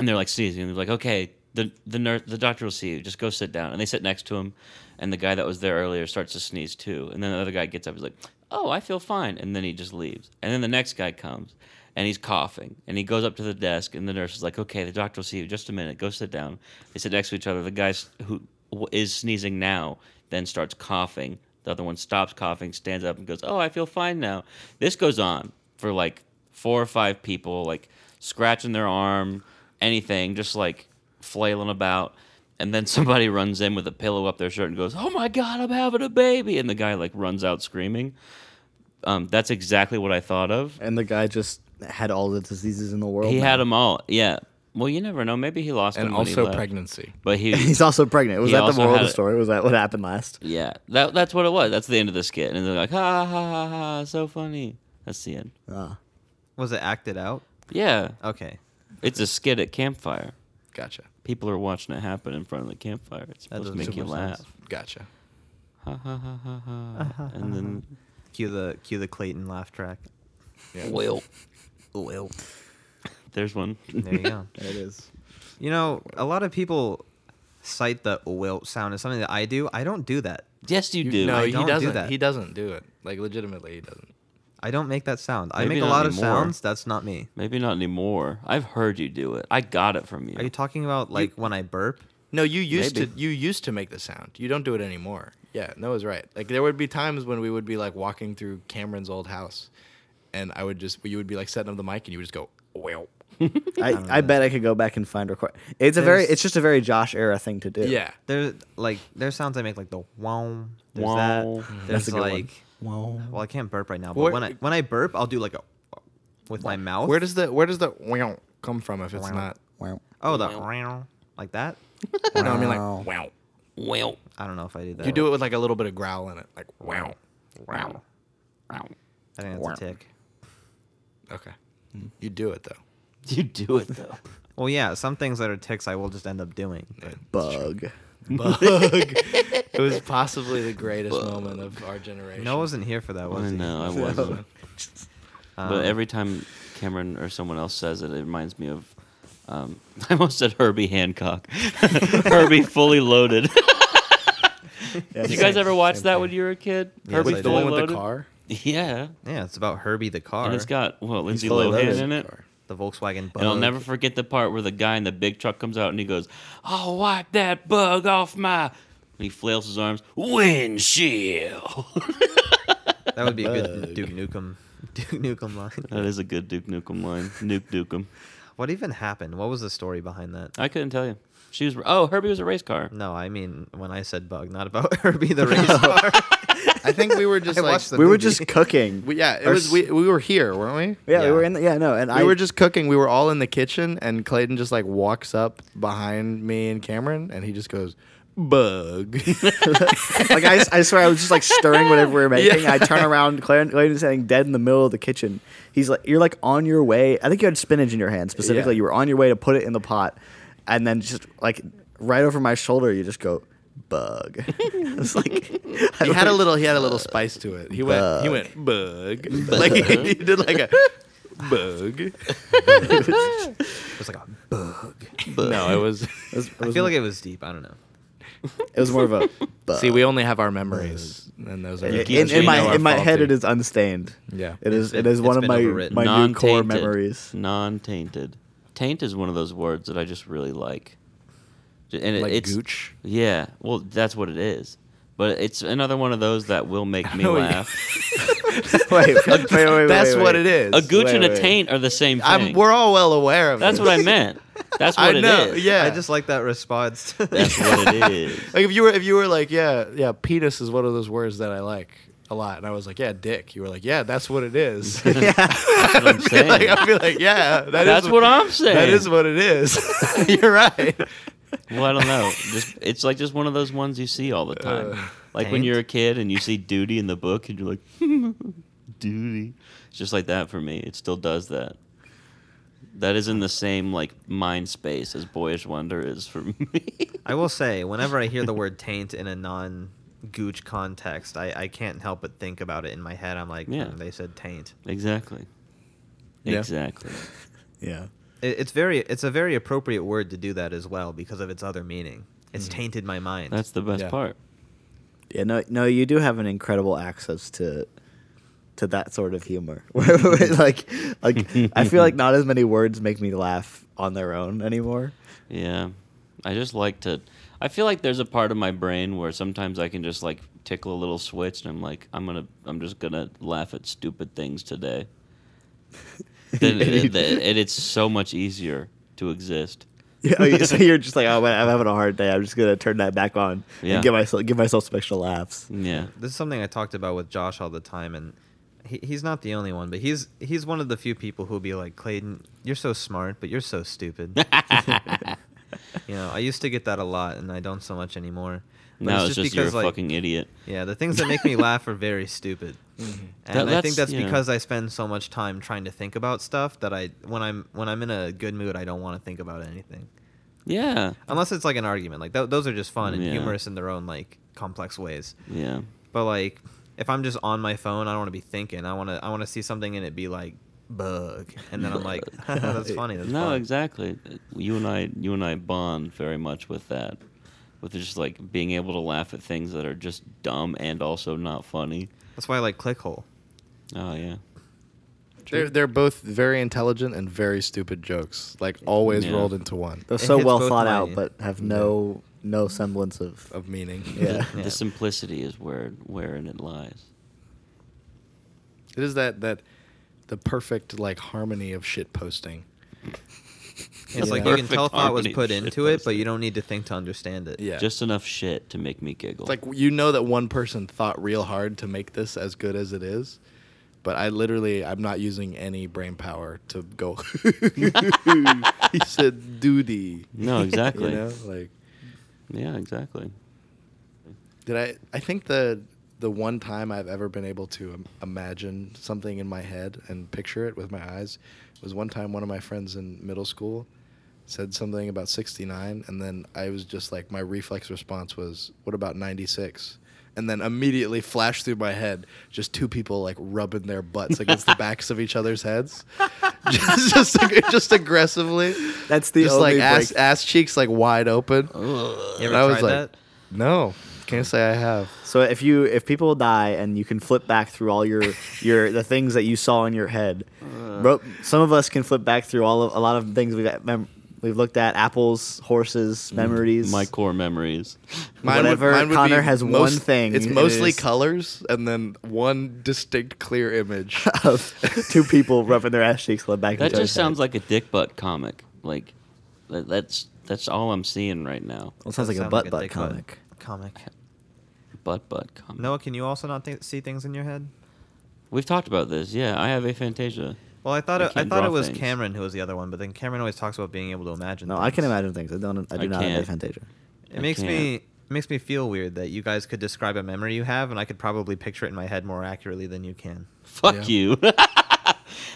Speaker 6: and they're like sneezing. And they're like, okay, the the nurse, the doctor will see you. Just go sit down. And they sit next to him, and the guy that was there earlier starts to sneeze too. And then the other guy gets up. He's like, oh, I feel fine. And then he just leaves. And then the next guy comes, and he's coughing. And he goes up to the desk, and the nurse is like, okay, the doctor will see you. Just a minute. Go sit down. They sit next to each other. The guy s- who w- is sneezing now then starts coughing. The other one stops coughing, stands up, and goes, "Oh, I feel fine now." This goes on for like four or five people, like scratching their arm, anything, just like flailing about. And then somebody runs in with a pillow up their shirt and goes, "Oh my god, I'm having a baby!" And the guy like runs out screaming. Um, that's exactly what I thought of.
Speaker 5: And the guy just had all the diseases in the world.
Speaker 6: He
Speaker 5: now.
Speaker 6: had them all. Yeah. Well, you never know. Maybe he lost
Speaker 7: and
Speaker 6: them when he
Speaker 7: also
Speaker 6: left.
Speaker 7: pregnancy.
Speaker 6: But he
Speaker 5: He's also pregnant. Was
Speaker 6: He
Speaker 5: that the
Speaker 6: also
Speaker 5: moral of
Speaker 6: had
Speaker 5: the
Speaker 6: it.
Speaker 5: story? Was that what happened last?
Speaker 6: Yeah, that that's what it was. That's the end of the skit, and they're like, ha ha ha ha, so funny. That's the end.
Speaker 5: Ah.
Speaker 4: Was it acted out?
Speaker 6: Yeah,
Speaker 4: Okay,
Speaker 6: it's a skit at campfire.
Speaker 7: Gotcha.
Speaker 6: People are watching it happen in front of the campfire. It's supposed to
Speaker 4: doesn't
Speaker 6: make you
Speaker 4: make
Speaker 6: laugh.
Speaker 4: sense.
Speaker 7: Gotcha.
Speaker 6: Ha ha ha ha ha. And then
Speaker 4: cue the cue the Clayton laugh track.
Speaker 6: oil.
Speaker 5: Well,
Speaker 6: There's one.
Speaker 4: There you go.
Speaker 5: there it is.
Speaker 4: You know, a lot of people cite the wilt sound as something that I do. I don't do that.
Speaker 6: Yes, you do.
Speaker 7: no,
Speaker 4: I
Speaker 7: he
Speaker 4: don't do
Speaker 7: doesn't.
Speaker 4: that.
Speaker 7: He doesn't do it. Like legitimately, he doesn't.
Speaker 4: I don't make that sound. I
Speaker 6: Maybe
Speaker 4: make a
Speaker 6: not
Speaker 4: lot of
Speaker 6: anymore.
Speaker 4: sounds. That's not me.
Speaker 6: Maybe not anymore. I've heard you do it. I got it from you.
Speaker 4: Are you talking about like when I burp?
Speaker 7: No, you used
Speaker 6: Maybe.
Speaker 7: to. You used to make the sound. You don't do it anymore. Yeah, Noah's right. Like there would be times when we would be like walking through Cameron's old house, and I would just you would be like setting up the mic, and you would just go well.
Speaker 5: I, I bet I could go back and find record. It's a very,
Speaker 4: There's-
Speaker 5: it's just a very Josh era thing to do.
Speaker 7: Yeah.
Speaker 4: There, like there's sounds I make like the wow. There's
Speaker 6: Wow.
Speaker 4: that.
Speaker 6: Mm,
Speaker 4: There's
Speaker 5: a good one.
Speaker 4: like
Speaker 5: Well,
Speaker 4: well, I can't burp right now, but
Speaker 7: Where-
Speaker 4: when I when I burp, I'll do like a with my mouth.
Speaker 7: Where does the where does the wow come from if it's
Speaker 4: Wow.
Speaker 7: not?
Speaker 5: well.
Speaker 4: oh the like that?
Speaker 7: No, I mean
Speaker 5: Wow.
Speaker 7: like wow.
Speaker 6: Well,
Speaker 4: I don't know if I do that.
Speaker 7: You do it with like a little bit of growl in it, like wow.
Speaker 6: wow, wow.
Speaker 4: I think that's a tick.
Speaker 7: Okay. You do it though.
Speaker 6: You do it though.
Speaker 4: Well, yeah, some things that are ticks I will just end up doing. But
Speaker 5: Bug.
Speaker 7: Bug. it was possibly the greatest moment of our generation.
Speaker 4: Noah wasn't here for that, was he?
Speaker 6: I
Speaker 4: Um,
Speaker 6: know. I wasn't. But every time Cameron or someone else says it, it reminds me of. Um, I almost said Herbie Hancock. Herbie Fully Loaded. Did you guys ever watch that when you were a kid? Herbie
Speaker 4: I did.
Speaker 7: the
Speaker 4: Fully
Speaker 7: one with the car.
Speaker 6: Yeah,
Speaker 4: Yeah, it's about Herbie the car,
Speaker 6: and it's got well Lindsay
Speaker 5: fully
Speaker 6: Lohan
Speaker 5: loaded.
Speaker 6: in it.
Speaker 4: the Volkswagen. Bug.
Speaker 6: And I'll never forget the part where the guy in the big truck comes out and he goes, "I'll wipe that bug off my." And he flails his arms. Windshield.
Speaker 4: That would be a good Duke Nukem. Duke Nukem line.
Speaker 6: that is a good Duke Nukem line. Nuke Nukem.
Speaker 4: What even happened? What was the story behind that?
Speaker 6: I couldn't tell you. She was oh Herbie was a race car.
Speaker 4: No, I mean when I said bug, not about Herbie the race car.
Speaker 7: I think we were just
Speaker 4: I
Speaker 7: like
Speaker 4: watched the
Speaker 5: We were
Speaker 4: movie.
Speaker 5: just cooking.
Speaker 7: we, yeah, it
Speaker 5: Our
Speaker 7: was
Speaker 5: s-
Speaker 7: we, we were here, weren't we?
Speaker 5: yeah,
Speaker 4: yeah.
Speaker 5: we were in. The, yeah, no, and
Speaker 7: We
Speaker 5: I
Speaker 7: were just cooking. We were all in the kitchen, and Clayton just like walks up behind me and Cameron, and he just goes, "Bug."
Speaker 5: like I, I swear I was just like stirring whatever we were making. I turn around, Clarence Clayton's standing dead in the middle of the kitchen. He's like, you're like on your way. I think you had spinach in your hand specifically.
Speaker 7: Yeah.
Speaker 5: You were on your way to put it in the pot, and then just like right over my shoulder, you just go bug. it's like
Speaker 7: he had a little. He had a little spice to it. He
Speaker 5: Uh,
Speaker 7: went. He went bug. Like he did like a bug.
Speaker 4: It was like a bug.
Speaker 7: No, it was.
Speaker 5: It was, it
Speaker 4: I
Speaker 5: was,
Speaker 4: feel like it was deep. I don't know.
Speaker 5: it was more of a bug.
Speaker 7: See, we only have our memories, and those are.
Speaker 5: in,
Speaker 6: keep
Speaker 5: in
Speaker 6: saying no,
Speaker 5: my
Speaker 6: our
Speaker 5: in my
Speaker 6: fault,
Speaker 5: head,
Speaker 6: dude.
Speaker 5: it is unstained.
Speaker 7: Yeah.
Speaker 5: it is.
Speaker 4: It's
Speaker 5: It
Speaker 4: been-
Speaker 5: is one of
Speaker 4: it's
Speaker 5: my
Speaker 4: been overwritten.
Speaker 5: my new core memories.
Speaker 6: Non-tainted. Taint is one of those words that I just really like. J- And it,
Speaker 7: Like
Speaker 6: it's
Speaker 7: gooch?
Speaker 6: Yeah, well, that's what it is. But it's another one of those that will make me
Speaker 5: Oh,
Speaker 7: know what you-
Speaker 6: laugh.
Speaker 5: wait, wait, wait, wait,
Speaker 7: That's
Speaker 5: wait,
Speaker 7: what
Speaker 5: wait.
Speaker 7: it is.
Speaker 6: A gooch
Speaker 5: Wait,
Speaker 6: and a
Speaker 5: wait.
Speaker 6: taint are the same thing.
Speaker 7: I'm, we're all well aware of.
Speaker 6: that's
Speaker 7: this.
Speaker 6: what I meant. That's
Speaker 7: I
Speaker 6: what it is.
Speaker 7: know, yeah.
Speaker 4: I just like that response.
Speaker 6: That's what it is.
Speaker 7: Like if you were if you were like yeah yeah penis is one of those words that I like a lot and I was like yeah dick you were like yeah that's what it is
Speaker 6: That's what I'm saying.
Speaker 7: like, I'd be like yeah that is
Speaker 6: that's what I'm saying.
Speaker 7: that is what it is you're right
Speaker 6: Well, I don't know. Just it's like just one of those ones you see all the
Speaker 7: Uh,
Speaker 6: time. like when
Speaker 4: Paint?
Speaker 6: you're a kid and you see duty in the book and you're like duty. It's just like that for me. It still does that. That is in the same like mind space as boyish wonder is for me.
Speaker 4: I will say, whenever I hear the word taint in a non gooch context, I, I can't help but think about it in my head. I'm like,
Speaker 6: Yeah.
Speaker 4: "Hmm, they said taint.
Speaker 6: exactly.
Speaker 8: Yeah.
Speaker 6: Exactly.
Speaker 5: Yeah.
Speaker 4: It, it's very it's a very appropriate word to do that as well because of its other meaning. It's tainted my mind.
Speaker 6: Mm-hmm. That's the best
Speaker 3: Yeah.
Speaker 6: part.
Speaker 5: Yeah, no, no, you do have an incredible access to to that sort of humor. Where like, like I feel like not as many words make me laugh on their own anymore.
Speaker 6: Yeah. I just like to I feel like there's a part of my brain where sometimes I can just like tickle a little switch and I'm like I'm going to I'm just going to laugh at stupid things today. then it, it- it- it's so much easier to exist.
Speaker 5: Yeah, oh, you- so you're just like, oh, man, I'm having a hard day. I'm just gonna turn that back on
Speaker 6: Yeah.
Speaker 5: and give myself give myself some extra laughs.
Speaker 6: Yeah.
Speaker 4: this is something I talked about with Josh all the time, and he, he's not the only one, but he's he's one of the few people who'll be like, Clayton, you're so smart, but you're so stupid. you know, I used to get that a lot, and I don't so much anymore. But
Speaker 6: now it's just, you're a
Speaker 4: like,
Speaker 6: fucking idiot.
Speaker 4: yeah, the things that make me laugh are very stupid. And
Speaker 6: Mm-hmm.
Speaker 4: I
Speaker 6: That-
Speaker 4: think
Speaker 6: that's-
Speaker 4: that's
Speaker 6: yeah.
Speaker 4: because I spend so much time trying to think about stuff that I when I'm when I'm in a good mood I don't want to think about anything.
Speaker 6: Yeah.
Speaker 4: Unless it's like an argument. Like th- those are just fun and
Speaker 6: Yeah.
Speaker 4: humorous in their own like complex ways.
Speaker 6: Yeah.
Speaker 4: But like, if I'm just on my phone, I don't want to be thinking. I want to. I want to see something and it be like bug, and then I'm like, that's funny. That's
Speaker 6: No,
Speaker 4: fun.
Speaker 6: exactly. You and I you and I bond very much with that. With just like being able to laugh at things that are just dumb and also not funny.
Speaker 4: That's why I like clickhole.
Speaker 6: Oh yeah.
Speaker 3: They're, they're both very intelligent and very stupid jokes, like always
Speaker 6: Yeah.
Speaker 3: rolled into one
Speaker 5: They're
Speaker 4: It
Speaker 5: so
Speaker 4: hits
Speaker 5: well
Speaker 4: both
Speaker 5: thought
Speaker 4: my-
Speaker 5: out, but have no no semblance of.
Speaker 3: of meaning.
Speaker 5: Yeah.
Speaker 6: The, the simplicity is where wherein it lies.
Speaker 3: It is that that the perfect like harmony of shit posting.
Speaker 4: It's
Speaker 3: Yeah.
Speaker 4: like you can
Speaker 6: Perfect
Speaker 4: tell thought was
Speaker 6: harmony
Speaker 4: put
Speaker 6: shit
Speaker 4: into it, but
Speaker 6: posted.
Speaker 4: you don't need to think to understand it.
Speaker 3: Yeah.
Speaker 6: Just enough shit to make me giggle.
Speaker 3: It's like you know that one person thought real hard to make this as good as it is, but I literally I'm not using any brain power to go. he said duty.
Speaker 6: no, exactly.
Speaker 3: You know, like
Speaker 6: Yeah, exactly.
Speaker 3: did I? I think the the one time I've ever been able to im- imagine something in my head and picture it with my eyes was one time one of my friends in middle school said something about 69 and then I was just like my reflex response was what about 96 and then immediately flashed through my head just two people like rubbing their butts against the backs of each other's heads just just, ag- just aggressively
Speaker 5: That's the
Speaker 3: just
Speaker 5: only
Speaker 3: like ass,
Speaker 5: break-
Speaker 3: ass cheeks like wide open
Speaker 4: You ever
Speaker 3: I was
Speaker 4: tried
Speaker 3: like-
Speaker 4: that?
Speaker 3: no can't say I have
Speaker 5: So if you if people die and you can flip back through all your your the things that you saw in your head, bro, some of us can flip back through all of a lot of things we've mem- we've looked at apples, horses, memories.
Speaker 6: My core memories.
Speaker 5: Whatever, Connor has one thing,
Speaker 3: It's
Speaker 5: and it
Speaker 3: mostly
Speaker 5: is-
Speaker 3: colors and then one distinct clear image.
Speaker 5: of two people rubbing their ass cheeks flip back.
Speaker 6: That just sounds like a dick butt comic. Like that, that's that's all I'm seeing right now.
Speaker 5: it sounds like a
Speaker 4: Sound
Speaker 5: butt butt
Speaker 4: dick
Speaker 5: comic.
Speaker 4: Comic.
Speaker 6: Butt butt comic.
Speaker 4: Noah, can you also not th- see things in your head?
Speaker 6: We've talked about this. Yeah, I have aphantasia.
Speaker 4: Well, I thought
Speaker 6: I
Speaker 4: it, I
Speaker 6: can't
Speaker 4: thought
Speaker 6: draw
Speaker 4: it was
Speaker 6: things.
Speaker 4: Cameron who was the other one, but then Cameron always talks about being able to imagine.
Speaker 5: No, I can
Speaker 4: things.
Speaker 5: imagine things. I don't. I do
Speaker 6: I
Speaker 5: not have
Speaker 6: can't.
Speaker 5: aphantasia.
Speaker 4: It
Speaker 6: I
Speaker 4: makes
Speaker 6: can't.
Speaker 4: me it makes me feel weird that you guys could describe a memory you have, and I could probably picture it in my head more accurately than you can.
Speaker 6: Fuck
Speaker 3: Yeah.
Speaker 6: you.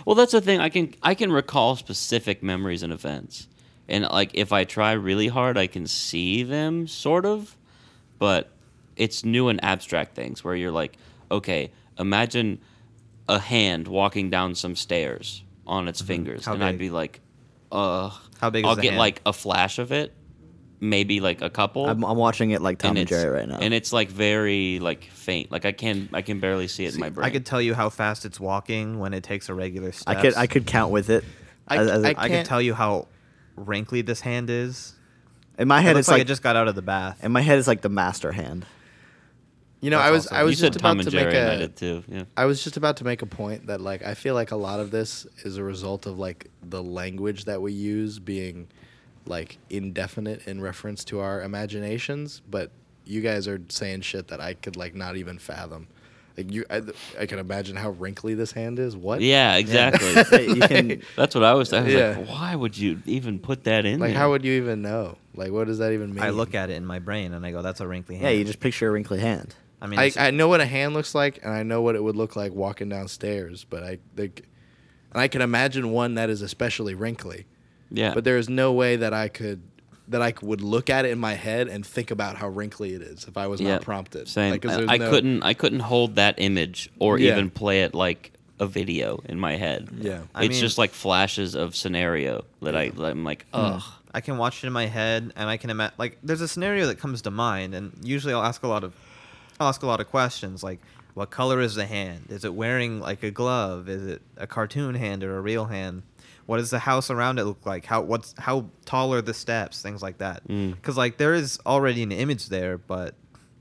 Speaker 6: well, that's the thing. I can I can recall specific memories and events, and like if I try really hard, I can see them sort of, but it's new and abstract things where you're like, okay, imagine a hand walking down some stairs on its fingers,
Speaker 4: Mm-hmm. How
Speaker 6: and I'd
Speaker 4: big?
Speaker 6: be like, uh,
Speaker 4: How big is
Speaker 6: I'll
Speaker 4: the
Speaker 6: get
Speaker 4: hand?
Speaker 6: like a flash of it, maybe like a couple.
Speaker 5: I'm, I'm watching it like Tom and,
Speaker 6: it's-
Speaker 5: Jerry right now.
Speaker 6: and it's like very like faint. Like I can I can barely see it in my brain.
Speaker 4: I could tell you how fast it's walking when it takes a regular step.
Speaker 5: I could I could count with it.
Speaker 3: I-
Speaker 5: As- as
Speaker 3: I
Speaker 5: it-
Speaker 4: I could
Speaker 3: can't-
Speaker 4: tell you how wrinkly this hand is.
Speaker 5: in my
Speaker 4: It
Speaker 5: head,
Speaker 4: looks
Speaker 5: it's
Speaker 4: like,
Speaker 5: like,
Speaker 4: it just got out of the bath.
Speaker 5: in my head, it's like the master hand.
Speaker 3: You know,
Speaker 4: That's
Speaker 3: I was
Speaker 4: awesome.
Speaker 3: I was
Speaker 6: you said
Speaker 3: just
Speaker 6: Tom
Speaker 3: about to
Speaker 6: and Jerry,
Speaker 3: make
Speaker 6: and I
Speaker 3: a
Speaker 6: did too. Yeah.
Speaker 3: I was just about to make a point that like I feel like a lot of this is a result of like the language that we use being like indefinite in reference to our imaginations, but you guys are saying shit that I could like not even fathom. Like you, I, I can imagine how wrinkly this hand is. What?
Speaker 6: Yeah, exactly.
Speaker 5: Hey, you can
Speaker 6: That's what I was. I was
Speaker 3: Yeah.
Speaker 6: like, why would you even put that in?
Speaker 3: Like
Speaker 6: there?
Speaker 3: how would you even know? Like, what does that even mean?
Speaker 4: I look at it in my brain and I go, "That's a wrinkly hand."
Speaker 5: Yeah, you just picture a wrinkly hand.
Speaker 4: I mean,
Speaker 3: I,
Speaker 4: it's-
Speaker 3: I know what a hand looks like, and I know what it would look like walking downstairs. But I think, and I can imagine one that is especially wrinkly.
Speaker 6: Yeah.
Speaker 3: But there is no way that I could that I would look at it in my head and think about how wrinkly it is if I was
Speaker 6: yeah.
Speaker 3: not prompted.
Speaker 6: Same.
Speaker 3: Like, 'cause
Speaker 6: I,
Speaker 3: there's
Speaker 6: I
Speaker 3: no-
Speaker 6: couldn't. I couldn't hold that image or
Speaker 3: Yeah.
Speaker 6: even play it like a video in my head.
Speaker 3: Yeah.
Speaker 4: I
Speaker 6: it's
Speaker 4: mean-
Speaker 6: just like flashes of scenario that I that I'm like,
Speaker 3: Hmm.
Speaker 6: ugh.
Speaker 4: I can watch it in my head, and I can imagine. Like, there's a scenario that comes to mind, and usually I'll ask a lot of, I'll ask a lot of questions, like, what color is the hand? Is it wearing like a glove? Is it a cartoon hand or a real hand? What does the house around it look like? How what's how tall are the steps? Things like that.
Speaker 5: Mm.
Speaker 4: Because like there is already an image there, but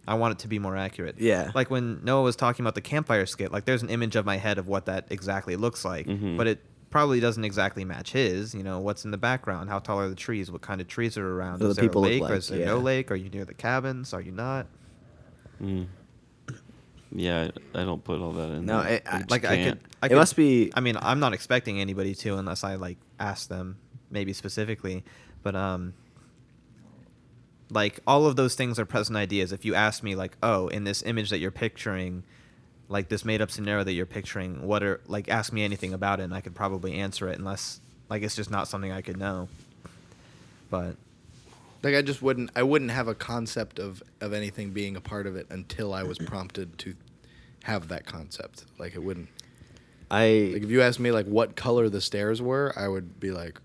Speaker 4: I want it to be more accurate.
Speaker 5: Yeah.
Speaker 4: Like when Noah was talking about the campfire skit, like there's an image of my head of what that exactly looks like,
Speaker 5: Mm-hmm.
Speaker 4: but it probably doesn't exactly match his. You know, what's in the background? How tall are the trees? What kind of trees are around?
Speaker 5: What do
Speaker 4: is
Speaker 5: the
Speaker 4: there
Speaker 5: people
Speaker 4: a
Speaker 5: look
Speaker 4: lake?
Speaker 5: like?
Speaker 4: or is there no
Speaker 5: Yeah.
Speaker 4: lake? Are you near the cabins? Are you not?
Speaker 6: Yeah, I, I don't put all that in.
Speaker 5: No,
Speaker 6: there.
Speaker 5: it- I-
Speaker 6: just
Speaker 4: Like I could,
Speaker 6: can't.
Speaker 4: I
Speaker 5: It
Speaker 4: could-
Speaker 5: must be-
Speaker 4: I mean, I'm not expecting anybody to unless I like ask them, maybe specifically, but um. Like all of those things are present ideas. If you ask me, like, oh, in this image that you're picturing, like this made up scenario that you're picturing, what are like? Ask me anything about it, and I could probably answer it, unless like it's just not something I could know. But
Speaker 3: Like I just wouldn't I wouldn't have a concept of of anything being a part of it until I was prompted to have that concept. Like it wouldn't. Like
Speaker 5: I
Speaker 3: if you asked me like what color the stairs were, I would be like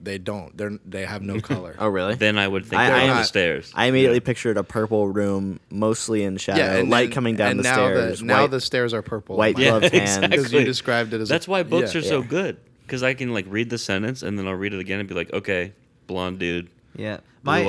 Speaker 3: they don't. They're they have no color.
Speaker 5: oh really?
Speaker 6: Then I would think
Speaker 5: I-
Speaker 6: I,
Speaker 5: I-
Speaker 6: on the
Speaker 3: not-
Speaker 6: stairs.
Speaker 5: I immediately pictured a purple room, mostly in shadow, light
Speaker 3: then-
Speaker 5: coming down
Speaker 3: and
Speaker 5: the
Speaker 3: now
Speaker 5: stairs.
Speaker 3: The, now
Speaker 5: white-
Speaker 3: the stairs are purple.
Speaker 5: white
Speaker 3: Like,
Speaker 5: gloved hand.
Speaker 3: Because you described it as a-
Speaker 6: That's why books
Speaker 3: yeah.
Speaker 6: are so
Speaker 5: Yeah.
Speaker 6: good. Because I can like read the sentence and then I'll read it again and be like, okay, blonde dude,
Speaker 4: yeah,
Speaker 6: blue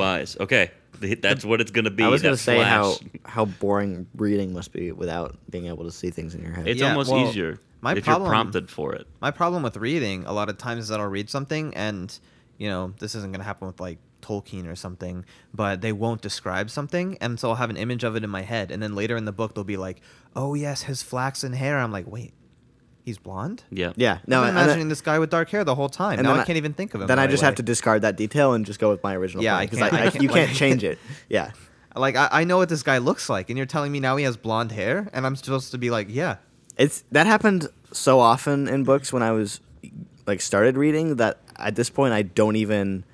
Speaker 5: uh,
Speaker 6: eyes. Okay, th- that's what it's gonna be.
Speaker 5: I was
Speaker 6: going
Speaker 5: gonna
Speaker 6: to
Speaker 5: say how how boring reading must be without being able to see things in your head.
Speaker 6: it's
Speaker 4: Yeah,
Speaker 6: almost
Speaker 4: well,
Speaker 6: easier
Speaker 4: my
Speaker 6: if
Speaker 4: problem-
Speaker 6: you're prompted for it.
Speaker 4: my problem with reading a lot of times is that I'll read something and you know this isn't gonna happen with like Tolkien or something, but they won't describe something, and so I'll have an image of it in my head, and then later in the book they'll be like, "Oh yes, his flaxen hair." I'm like, "Wait, he's blonde."
Speaker 6: Yeah.
Speaker 5: yeah,
Speaker 4: No,
Speaker 5: no,
Speaker 4: I'm
Speaker 5: and then-
Speaker 4: imagining this guy with dark hair the whole time.
Speaker 5: and
Speaker 4: now
Speaker 5: then
Speaker 4: I can't even think of him.
Speaker 5: Then I
Speaker 4: that
Speaker 5: just
Speaker 4: way.
Speaker 5: have to discard that detail and just go with my original.
Speaker 4: Yeah,
Speaker 5: plan,
Speaker 4: I
Speaker 5: 'cause
Speaker 4: can't- I can't,
Speaker 5: you
Speaker 4: like-
Speaker 5: can't change it. Yeah,
Speaker 4: Like I, I know what this guy looks like, and you're telling me now he has blonde hair, and I'm supposed to be like, "Yeah."
Speaker 5: it's that happened so often in books when I was like started reading that at this point I don't even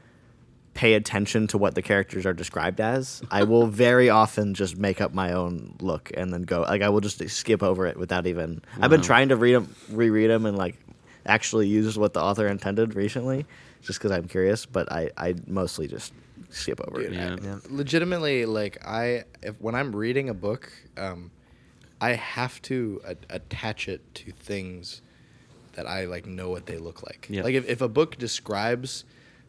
Speaker 5: pay attention to what the characters are described as. I will very often just make up my own look and then go like I will just skip over it without even. I've been
Speaker 6: Wow.
Speaker 5: trying to read them, reread them, and like actually use what the author intended recently, just because I'm curious. But I I mostly just skip over it.
Speaker 6: Yeah.
Speaker 4: Yeah.
Speaker 3: legitimately like i if when i'm reading a book um i have to a- attach it to things that i like know what they look like
Speaker 6: Yeah.
Speaker 3: like if, if a book describes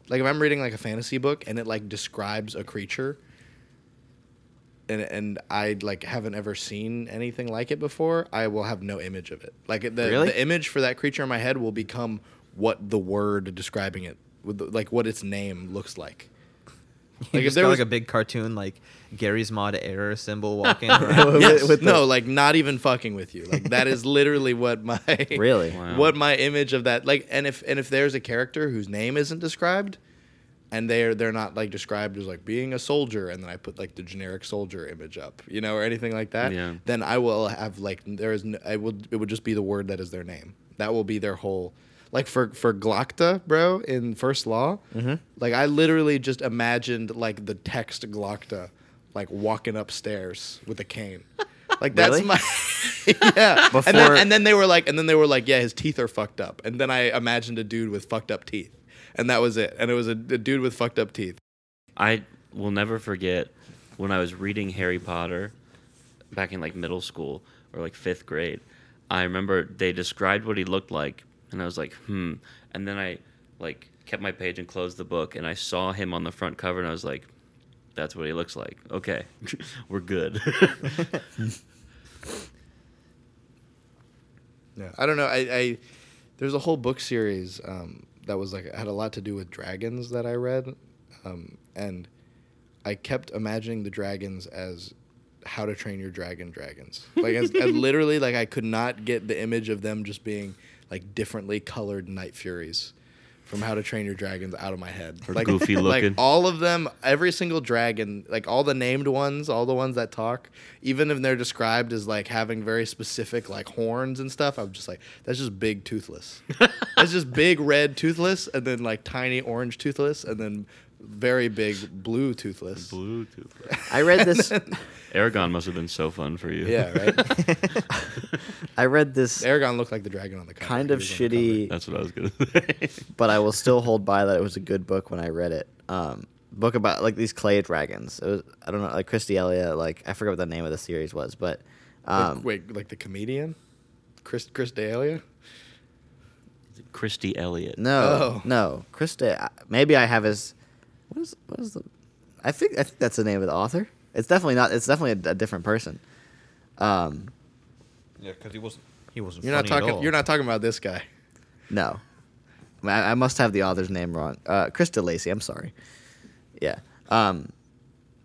Speaker 3: like if i'm reading like a fantasy book and it like describes a creature and and i like haven't ever seen anything like it before i will have no image of it like the,
Speaker 5: Really?
Speaker 3: the image for that creature in my head will become what the word describing it with the- like what its name looks like
Speaker 4: Like if there was like a big cartoon, like Gary's mod error symbol walking around.
Speaker 3: yes.
Speaker 5: with
Speaker 3: no, like not even fucking with you. Like that is literally what my
Speaker 5: Really?
Speaker 6: Wow.
Speaker 3: what my image of that like. And if and if there's a character whose name isn't described, and they're they're not like described as like being a soldier, and then I put like the generic soldier image up, you know, or anything like that.
Speaker 6: Yeah.
Speaker 3: Then I will have like there is no, I will it would just be the word that is their name. That will be their whole. Like for for Glockta, bro, in First Law, like I literally just imagined like the text Glockta, like walking upstairs with a cane. Like that's my
Speaker 5: Really?
Speaker 3: yeah.
Speaker 5: Before-
Speaker 3: And, then, and then they were like, and then they were like, yeah, his teeth are fucked up. And then I imagined a dude with fucked up teeth, and that was it. And it was a, a dude with fucked up teeth.
Speaker 6: I will never forget when I was reading Harry Potter back in like middle school or like fifth grade. I remember they described what he looked like, and I was like, hmm. And then I like kept my page and closed the book, and I saw him on the front cover, and I was like, that's what he looks like. Okay, we're good.
Speaker 3: Yeah. I don't know. I, I there's a whole book series um, that was like had a lot to do with dragons that I read, um, and I kept imagining the dragons as How to Train Your Dragon dragons. Like as, as literally like I could not get the image of them just being like differently colored night furies
Speaker 7: from How to Train Your Dragons out of my head.
Speaker 9: They're goofy looking.
Speaker 3: Like all of them, every single dragon, like all the named ones, all the ones that talk, even if they're described as like having very specific like horns and stuff, I'm just like, that's just big toothless. that's just big red toothless, and then like tiny orange toothless, and then very big blue toothless.
Speaker 9: Bluetooth.
Speaker 5: I read this.
Speaker 6: Aragon must have been so fun for you.
Speaker 7: Yeah, right.
Speaker 5: I read this
Speaker 7: Aragon looked like the dragon on the cover.
Speaker 5: kind of
Speaker 7: He was on the
Speaker 5: shitty,
Speaker 7: cover.
Speaker 6: That's what I was gonna say.
Speaker 5: but I will still hold by that it was a good book when I read it. Um, book about like these clay dragons. It was I don't know like Christy Elia. Like I forget what the name of the series was, but um,
Speaker 7: Like, wait, like the comedian, Chris Chris D'Elia.
Speaker 6: Christy Elliott.
Speaker 5: No,
Speaker 7: Oh.
Speaker 5: no, Krista. Maybe I have his. What is what is the? I think I think that's the name of the author. It's definitely not. It's definitely a, a different person. Um,
Speaker 4: Yeah, because he wasn't. He wasn't.
Speaker 7: You're not talking. You're not talking about this guy.
Speaker 5: no, I, mean, I- I must have the author's name wrong. Uh, Krista Lacey. I'm sorry. Yeah. Um,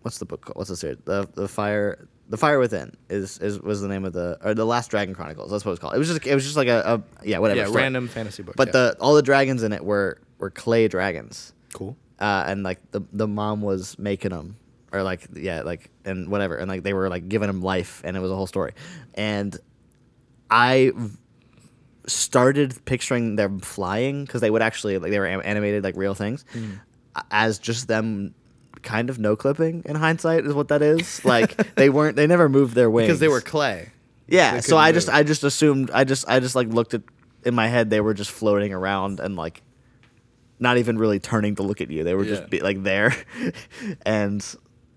Speaker 5: what's the book? Called? What's the series? The the fire. The Fire Within is, is was the name of the or the Last Dragon Chronicles. That's what it's called. It was just it was just like a, a yeah whatever
Speaker 7: yeah,
Speaker 5: story.
Speaker 7: random fantasy book.
Speaker 5: But
Speaker 7: yeah.
Speaker 5: the all the dragons in it were were clay dragons.
Speaker 7: cool.
Speaker 5: uh, and like the the mom was making them or like yeah like and whatever and like they were like giving him life and it was a whole story and i v- started picturing them flying because they would actually like they were am- animated like real things
Speaker 7: Mm.
Speaker 5: a- as just them kind of no clipping in hindsight is what that is like they weren't they never moved their wings
Speaker 7: Because they were clay.
Speaker 5: yeah,
Speaker 7: They
Speaker 5: so I
Speaker 7: couldn't
Speaker 5: just
Speaker 7: move.
Speaker 5: I just assumed I just I just like looked at in my head they were just floating around and like not even really turning to look at you. They were
Speaker 7: Yeah.
Speaker 5: just be, like there, and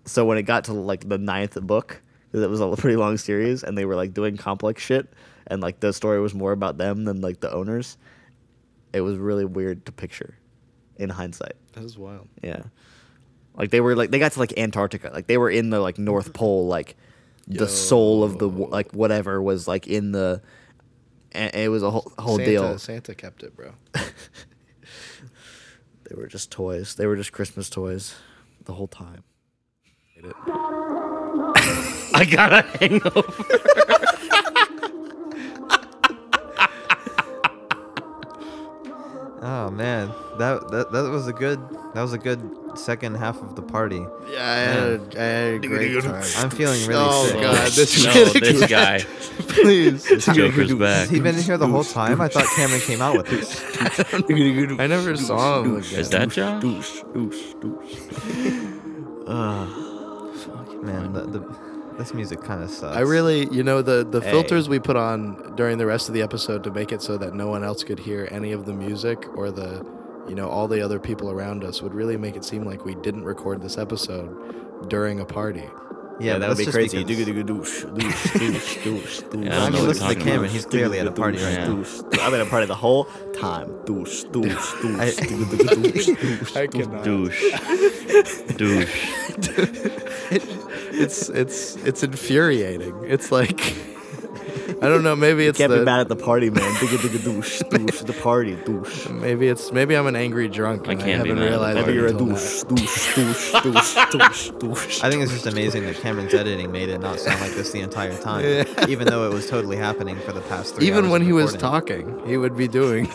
Speaker 5: so when it got to like the ninth book, because it was a pretty long series, and they were like doing complex shit, and like the story was more about them than like the owners. It was really weird to picture, in hindsight.
Speaker 7: That is wild.
Speaker 5: Yeah. Like they were like they got to like Antarctica. Like they were in the like North Pole like the soul of the w- like whatever was like in the and it was a whole whole
Speaker 7: Santa,
Speaker 5: deal.
Speaker 7: Santa kept it, bro.
Speaker 5: They were just toys. They were just Christmas toys the whole time.
Speaker 9: I got a hangover.
Speaker 4: Oh man, that, that that was a good that was a good second half of the party.
Speaker 7: Yeah, I had a, I had a great time.
Speaker 4: I'm feeling really
Speaker 7: Oh,
Speaker 4: sick.
Speaker 7: God, this is
Speaker 6: no,
Speaker 7: getting
Speaker 6: this guy.
Speaker 7: Please.
Speaker 6: This Joker's back.
Speaker 4: Has he been in here the whole time? I thought Cameron came out with us.
Speaker 7: I never saw him again.
Speaker 6: Is that John?
Speaker 4: Man, the, the, this music kind of sucks.
Speaker 7: I really, you know, the the filters we put on during the rest of the episode to make it so that no one else could hear any of the music or the, you know, all the other people around us would really make it seem like we didn't record this episode during a party.
Speaker 4: yeah, but that's just because-
Speaker 6: Yeah, I don't
Speaker 4: I mean,
Speaker 6: know what
Speaker 4: listen
Speaker 6: you're
Speaker 4: to
Speaker 6: talking
Speaker 4: Cameron.
Speaker 6: about.
Speaker 4: He's clearly at a party right now.
Speaker 5: I'm at a party the whole time. Douche, douche, douche.
Speaker 7: I cannot.
Speaker 9: Douche. Douche.
Speaker 7: It's it's it's infuriating. It's like I don't know, maybe it's
Speaker 5: Can't
Speaker 7: the,
Speaker 5: be mad at the party, man. Digga, digga, douche, douche. The party, douche.
Speaker 7: Maybe it's maybe I'm an angry drunk. And I,
Speaker 6: can't be
Speaker 7: haven't
Speaker 6: mad at the
Speaker 7: realized
Speaker 6: party.
Speaker 5: Maybe you're a
Speaker 7: until now.
Speaker 5: douche, douche, douche, douche, douche, douche.
Speaker 4: I think it's just amazing that Cameron's editing made it not sound like this the entire time, even though it was totally happening for the past three. hours
Speaker 7: Even
Speaker 4: of
Speaker 7: when he was
Speaker 4: recording.
Speaker 7: talking, he would be doing.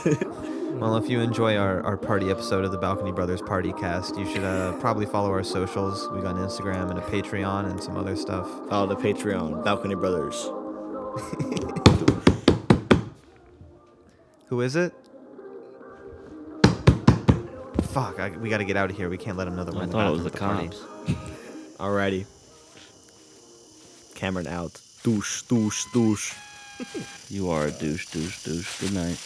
Speaker 4: Well, if you enjoy our, our party episode of the Balcony Brothers Party Cast, you should uh, probably follow our socials. We got an Instagram and a Patreon and some other stuff.
Speaker 5: Follow Oh, the Patreon, Balcony Brothers.
Speaker 4: Who is it? Fuck! I, we got to get out of here. We can't let him know that we're
Speaker 6: I
Speaker 4: in the
Speaker 6: thought it was
Speaker 4: bathroom
Speaker 6: the
Speaker 4: at party.
Speaker 6: cops.
Speaker 5: Alrighty. Cameron out. Douche, douche, douche.
Speaker 6: You are a douche, douche, douche. Good night.